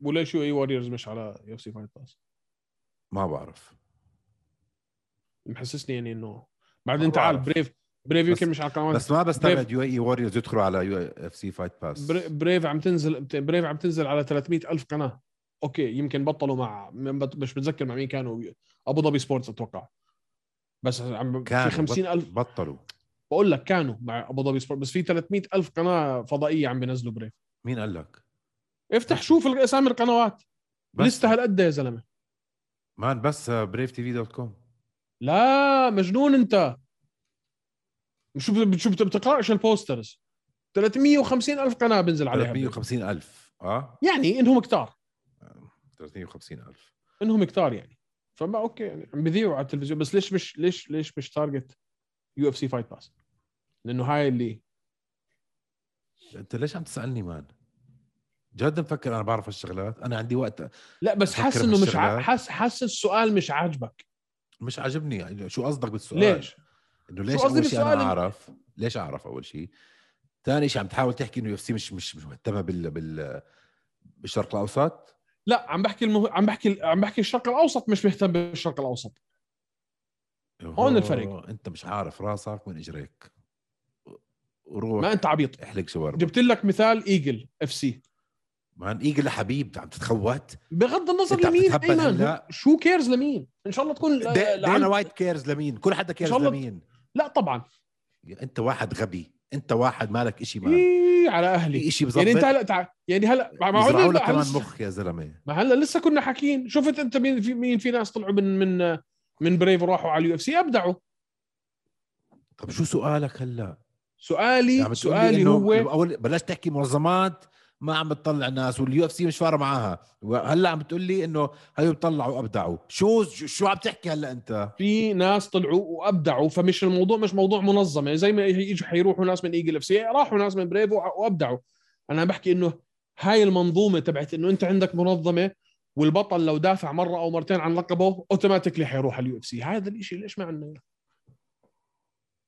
C: وليش يو اي واريورز مش على يو سي فايت باس
B: ما بعرف
C: محسسني يعني انه
B: ما
C: بعدين تعال
B: آه، بعرف.
C: بريف بريف
B: بس-
C: يمكن مش على القنوات
B: بس ما بستبعد يو اي ووريرز يدخلوا على يو اف سي فايت باس
C: بري- بريف عم تنزل بت- بريف عم تنزل على 300 الف قناه اوكي يمكن بطلوا مع من بط- مش متذكر مع مين كانوا ابو ظبي سبورتس اتوقع بس عم في
B: كانوا
C: 50 الف
B: بطلوا
C: بقول لك كانوا مع ابو ظبي سبورتس بس في 300 الف قناه فضائيه عم بينزلوا بريف
B: مين قال لك؟
C: افتح شوف اسامي القنوات
B: بس
C: لسه هالقد يا زلمه
B: مان بس بريف تي في دوت كوم
C: لا مجنون انت شو بت- شو بت- بتقراش البوسترز 350 الف قناه بنزل عليها
B: 350 ألف اه
C: يعني انهم كتار
B: 350 ألف
C: انهم كتار يعني فما اوكي يعني عم بيذيعوا على التلفزيون بس ليش مش ليش ليش مش تارجت يو اف سي فايت باس لانه هاي اللي
B: انت ليش عم تسالني مان؟ جد مفكر انا بعرف هالشغلات انا عندي وقت
C: لا بس
B: أفكر
C: حاسس انه مش ع...
B: بالشغلات.
C: حاسس حاسس السؤال مش عاجبك
B: مش عاجبني يعني شو قصدك بالسؤال
C: ليش؟
B: انه ليش
C: قصدي
B: اول شيء
C: بالسؤال
B: انا
C: إنه-
B: اعرف ليش اعرف اول شيء ثاني شيء عم تحاول تحكي انه يو اف سي مش مش مش مهتمه بال بال بالشرق الاوسط
C: لا عم بحكي المه... عم بحكي عم بحكي الشرق الاوسط مش مهتم بالشرق الاوسط هون الفرق.
B: أوه، انت مش عارف راسك من اجريك روح
C: ما انت عبيط
B: احلق شاورما
C: جبت لك مثال ايجل اف سي
B: مان ايجل حبيب عم تتخوت
C: بغض النظر
B: أنت عم
C: لمين
B: تتهبل
C: ايمن
B: هلا.
C: شو كيرز لمين ان شاء الله تكون لا,
B: دي-
C: لا,
B: دانا وايت كيرز لمين كل حدا كيرز
C: شاء الله-
B: لمين
C: لا طبعا
B: يا انت واحد غبي انت واحد مالك شيء مان
C: إيه على
B: في
C: اهلي
B: شيء بزبط
C: يعني انت هلا تع... يعني هلا مع- مع
B: يزرعوا لك
C: هلا
B: كمان
C: لسه-
B: مخ يا زلمه
C: ما هلا لسه كنا حاكيين شفت انت مين في مين في ناس طلعوا من من من بريف وراحوا على اليو اف سي ابدعوا
B: طب شو سؤالك هلا عم
C: سؤالي
B: بتقول لي
C: سؤالي
B: إنه
C: هو
B: اول بلشت تحكي منظمات ما عم بتطلع ناس واليو اف سي مش فارقه معاها وهلا عم بتقول لي انه هيو بطلعوا ابدعوا شو شو عم تحكي هلا انت
C: في ناس طلعوا وابدعوا فمش الموضوع مش موضوع منظمه زي ما يجوا حيروحوا ناس من ايجل اف سي راحوا ناس من بريف وع- وابدعوا انا بحكي انه هاي المنظومه تبعت انه انت عندك منظمه والبطل لو دافع مره او مرتين عن لقبه اوتوماتيكلي حيروح على اليو اف سي هذا الشيء ليش ما عندنا اياه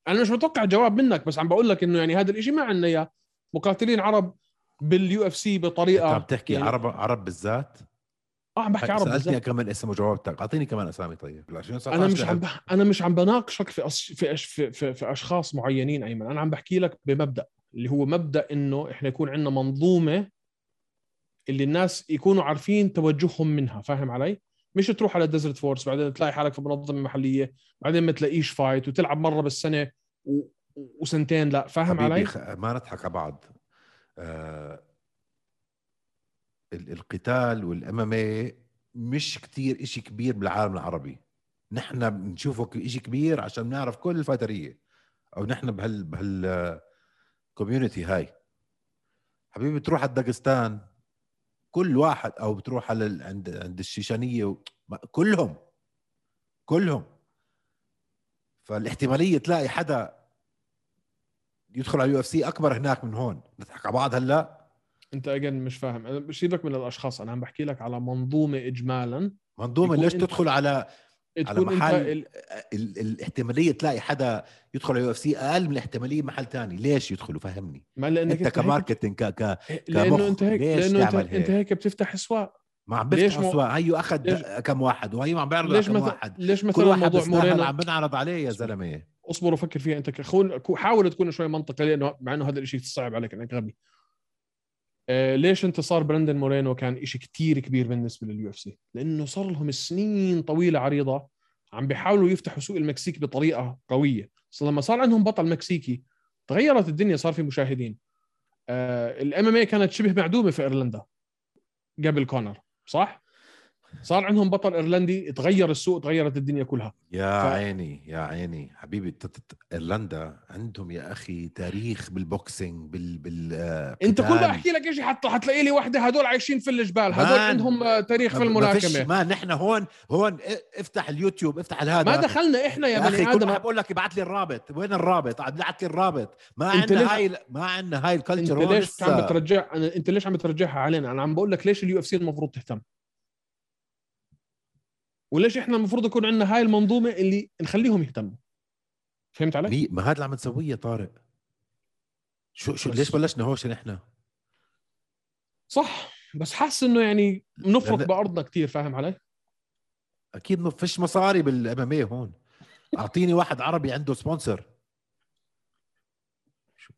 C: انا مش متوقع جواب منك بس عم بقول لك انه يعني هذا الشيء ما عندنا اياه مقاتلين عرب باليو اف سي
B: انت
C: بطريقه
B: عم تحكي
C: يعني-
B: عرب عرب بالذات
C: اه عم بحكي عرب بالذات
B: سالتني كمان اسم وجاوبتك اعطيني كمان اسامي طيب عشان
C: انا مش عم بح- انا مش عم بناقشك في أص... في, أش... في في في اشخاص معينين ايمن انا عم بحكي لك بمبدا اللي هو مبدا انه احنا يكون عندنا منظومه اللي الناس يكونوا عارفين توجههم منها فاهم علي مش تروح على ديزرت فورس بعدين تلاقي حالك في منظمه محليه بعدين ما تلاقيش فايت وتلعب مره بالسنه و... و- وسنتين لا فاهم علي
B: حبيبي خ- ما نضحك على بعض آه ال- القتال والامامي مش كتير اشي كبير بالعالم العربي نحن بنشوفه ك- اشي كبير عشان نعرف كل الفاترية او نحن بهال بهال كوميونتي هاي حبيبي بتروح على داغستان كل واحد او بتروح على ال- عند عند الشيشانيه و... ما- كلهم كلهم فالاحتماليه تلاقي حدا يدخل على اليو اف سي اكبر هناك من هون نضحك على بعض هلا
C: انت اجن مش فاهم انا بسيبك من الاشخاص انا عم بحكي لك على منظومه اجمالا
B: منظومه
C: يكون
B: ليش
C: أنت-
B: تدخل على على
C: تكون انت
B: محل
C: ال...
B: ال... ال... الاحتماليه تلاقي حدا يدخل على اليو اف سي اقل من الاحتماليه محل تاني ليش يدخلوا فهمني
C: ما لانك
B: انت
C: هيك-
B: كماركتينج ك... ك... كمخ،
C: لانه انت هيك
B: ليش
C: لانه انت
B: تعمل هيك؟
C: انت هيك بتفتح اسواق
B: ما عم
C: ليش
B: بيفتح
C: مو-
B: اسواق هيو اخذ
C: ليش-
B: كم واحد وهيو عم بيعرض على
C: ليش
B: كم
C: مثلا
B: واحد
C: ليش
B: كل
C: مثلا
B: واحد
C: موضوع
B: بيستاهل
C: مورينا
B: عم بنعرض عليه يا زلمه
C: اصبر وفكر فيها انت كخون كو- حاول تكون شوي منطقي لانه مع انه هذا الشيء صعب عليك انك غبي آه ليش انتصار براندن مورينو كان شيء كتير كبير بالنسبه لليو اف سي لانه صار لهم سنين طويله عريضه عم بيحاولوا يفتحوا سوق المكسيك بطريقه قويه بس لما صار عندهم بطل مكسيكي تغيرت الدنيا صار في مشاهدين آه، الام ام اي إيه كانت شبه معدومه في ايرلندا قبل كونر صح صار عندهم بطل ايرلندي تغير السوق تغيرت الدنيا كلها
B: يا
C: ف-
B: ف... عيني يا عيني حبيبي ت- ت- ت- ايرلندا عندهم يا اخي تاريخ بالبوكسينج بال بال آه،
C: انت كل ما
B: قتال.
C: احكي لك شيء حت... حتلاقي لي واحده هدول عايشين في الجبال هدول
B: مان.
C: عندهم آه، تاريخ في
B: ما فيش-
C: الملاكمه
B: ما نحن هون هون إ- افتح اليوتيوب افتح الهذا
C: ما دخلنا احنا يا
B: يا
C: بني
B: اخي كل ما
C: ادم
B: بقول لك ابعث لي الرابط وين الرابط ابعث لي الرابط ما
C: أنت ليش-
B: عندنا هاي ال- ما عندنا هاي
C: انت
B: الكلتشر هون
C: ليش عم
B: لسه
C: بترجع أنا... انت ليش عم بترجعها علينا انا عم بقول لك ليش اليو اف سي المفروض تهتم وليش احنا المفروض يكون عندنا هاي المنظومه اللي نخليهم يهتموا فهمت علي؟
B: مي- ما هذا اللي عم نسويه طارق شو شو
C: بس-
B: ليش بلشنا هوش نحن
C: صح بس حاسس انه يعني نفرط
B: لأن-
C: بارضنا كثير فاهم علي؟
B: اكيد ما فيش مصاري بالاماميه هون اعطيني واحد عربي عنده سبونسر شو-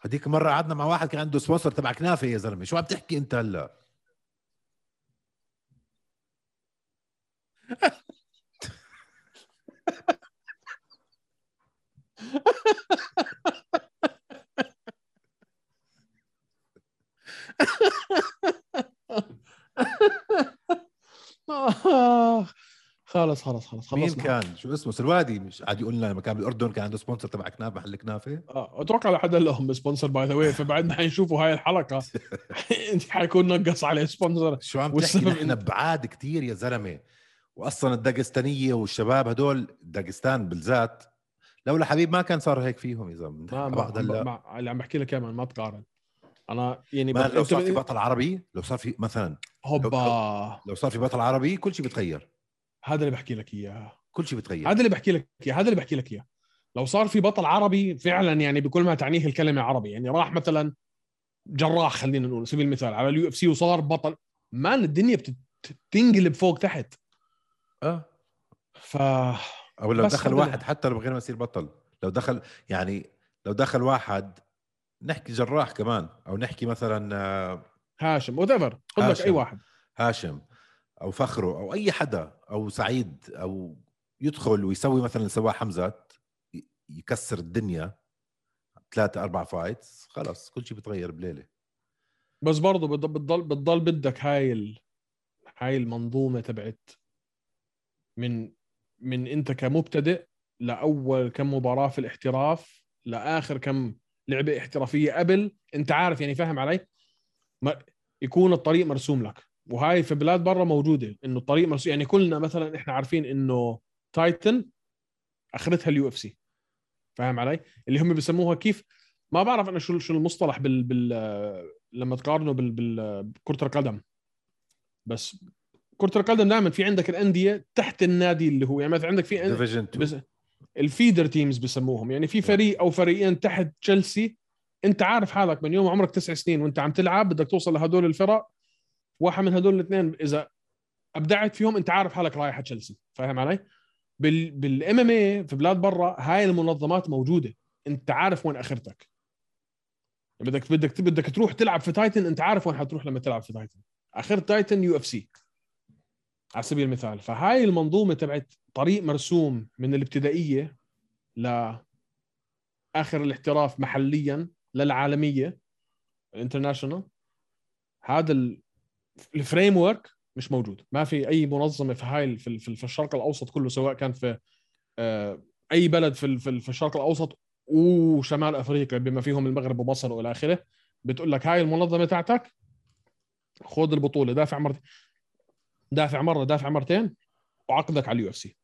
B: هديك مره قعدنا مع واحد كان عنده سبونسر تبع كنافه يا زلمه شو عم تحكي انت هلا
C: آه خلص خلص خلص
B: مين
C: خلصنا
B: كان شو اسمه سلوادي مش قاعد يقول لنا لما كان بالاردن كان عنده سبونسر تبع كنافه محل كنافه
C: آه، اتوقع لحد هلا هم سبونسر باي ذا واي فبعد ما حنشوفوا هاي الحلقه حيكون نقص عليه سبونسر
B: شو عم تحكي
C: والسبب
B: نحن بعاد كتير يا زلمه واصلا الداغستانيه والشباب هدول داغستان بالذات لولا حبيب ما كان صار هيك فيهم يا زلمه
C: ما
B: بعد
C: ما,
B: هلا
C: ما اللي عم بحكي لك اياه ما تقارن انا يعني
B: ما
C: بت-
B: لو
C: أنت
B: صار
C: من-
B: في بطل عربي لو صار في مثلا
C: هوبا
B: لو صار في بطل عربي كل شيء بتغير
C: هذا اللي بحكي لك اياه
B: كل شيء بتغير
C: هذا اللي بحكي لك اياه هذا اللي بحكي لك اياه لو صار في بطل عربي فعلا يعني بكل ما تعنيه الكلمه عربي يعني راح مثلا جراح خلينا نقول على سبيل المثال على اليو اف سي وصار بطل مان الدنيا بتنقلب فوق تحت
B: آه.
C: ف
B: او لو
C: بس
B: دخل
C: هذا اللي-
B: واحد حتى لو من غير ما يصير بطل لو دخل يعني لو دخل واحد نحكي جراح كمان او نحكي مثلا آه،
C: هاشم وات ايفر خذ لك
B: هاشم.
C: اي واحد
B: هاشم او فخرو او اي حدا او سعيد او يدخل ويسوي مثلا اللي سواه حمزه ي- يكسر الدنيا ثلاثة أربعة فايتس خلاص كل شيء بتغير بليلة
C: بس برضه بت- بتضل بتضل بدك هاي ال... هاي المنظومه تبعت من من انت كمبتدئ لاول كم مباراه في الاحتراف لاخر كم لعبه احترافيه قبل انت عارف يعني فاهم علي ما يكون الطريق مرسوم لك وهاي في بلاد برا موجوده انه الطريق مرسوم يعني كلنا مثلا احنا عارفين انه تايتن اخرتها اليو اف سي فاهم علي اللي هم بيسموها كيف ما بعرف انا شو شو المصطلح بال بال لما تقارنه بال بال بكرة القدم بس كرة القدم دائما في عندك الأندية تحت النادي اللي هو يعني مثلا عندك في
B: ديفيجن 2
C: بس الفيدر تيمز بسموهم يعني في فريق أو فريقين تحت تشيلسي أنت عارف حالك من يوم عمرك تسع سنين وأنت عم تلعب بدك توصل لهدول الفرق واحد من هدول الاثنين إذا أبدعت فيهم أنت عارف حالك رايح على تشيلسي فاهم علي؟ بال بالام ام اي في بلاد برا هاي المنظمات موجوده انت عارف وين اخرتك بدك بدك بدك تروح تلعب في تايتن انت عارف وين حتروح لما تلعب في تايتن اخر تايتن يو اف سي على سبيل المثال فهاي المنظومه تبعت طريق مرسوم من الابتدائيه ل اخر الاحتراف محليا للعالميه الانترناشونال هذا ال- الفريم ورك مش موجود ما في اي منظمه في هاي ال- في ال- في ال- في الشرق الاوسط كله سواء كان في آه، اي بلد في ال- في ال- في الشرق الاوسط وشمال افريقيا بما فيهم المغرب ومصر والى اخره بتقول لك هاي المنظمه تاعتك خذ البطوله دافع مرتين دافع مره دافع مرتين وعقدك على اليو اف سي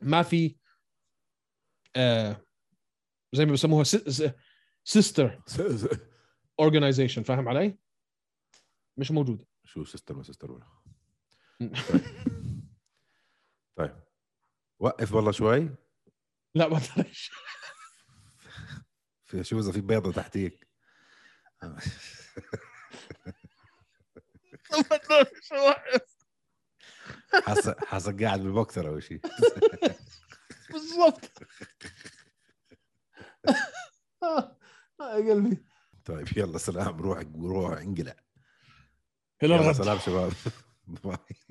C: ما في آه uh, زي ما بسموها سيستر اورجنايزيشن فاهم علي؟ مش موجوده
B: شو سيستر ما سيستر ولا طيب وقف والله شوي
C: لا بقدرش
B: في شو اذا في بيضه تحتيك
C: بقدرش
B: حاسك حاسك قاعد بالبوكسر او شيء
C: بالضبط يا قلبي
B: طيب يلا سلام روح روح انقلع
C: هلا
B: يلا
C: الغد
B: سلام شباب باي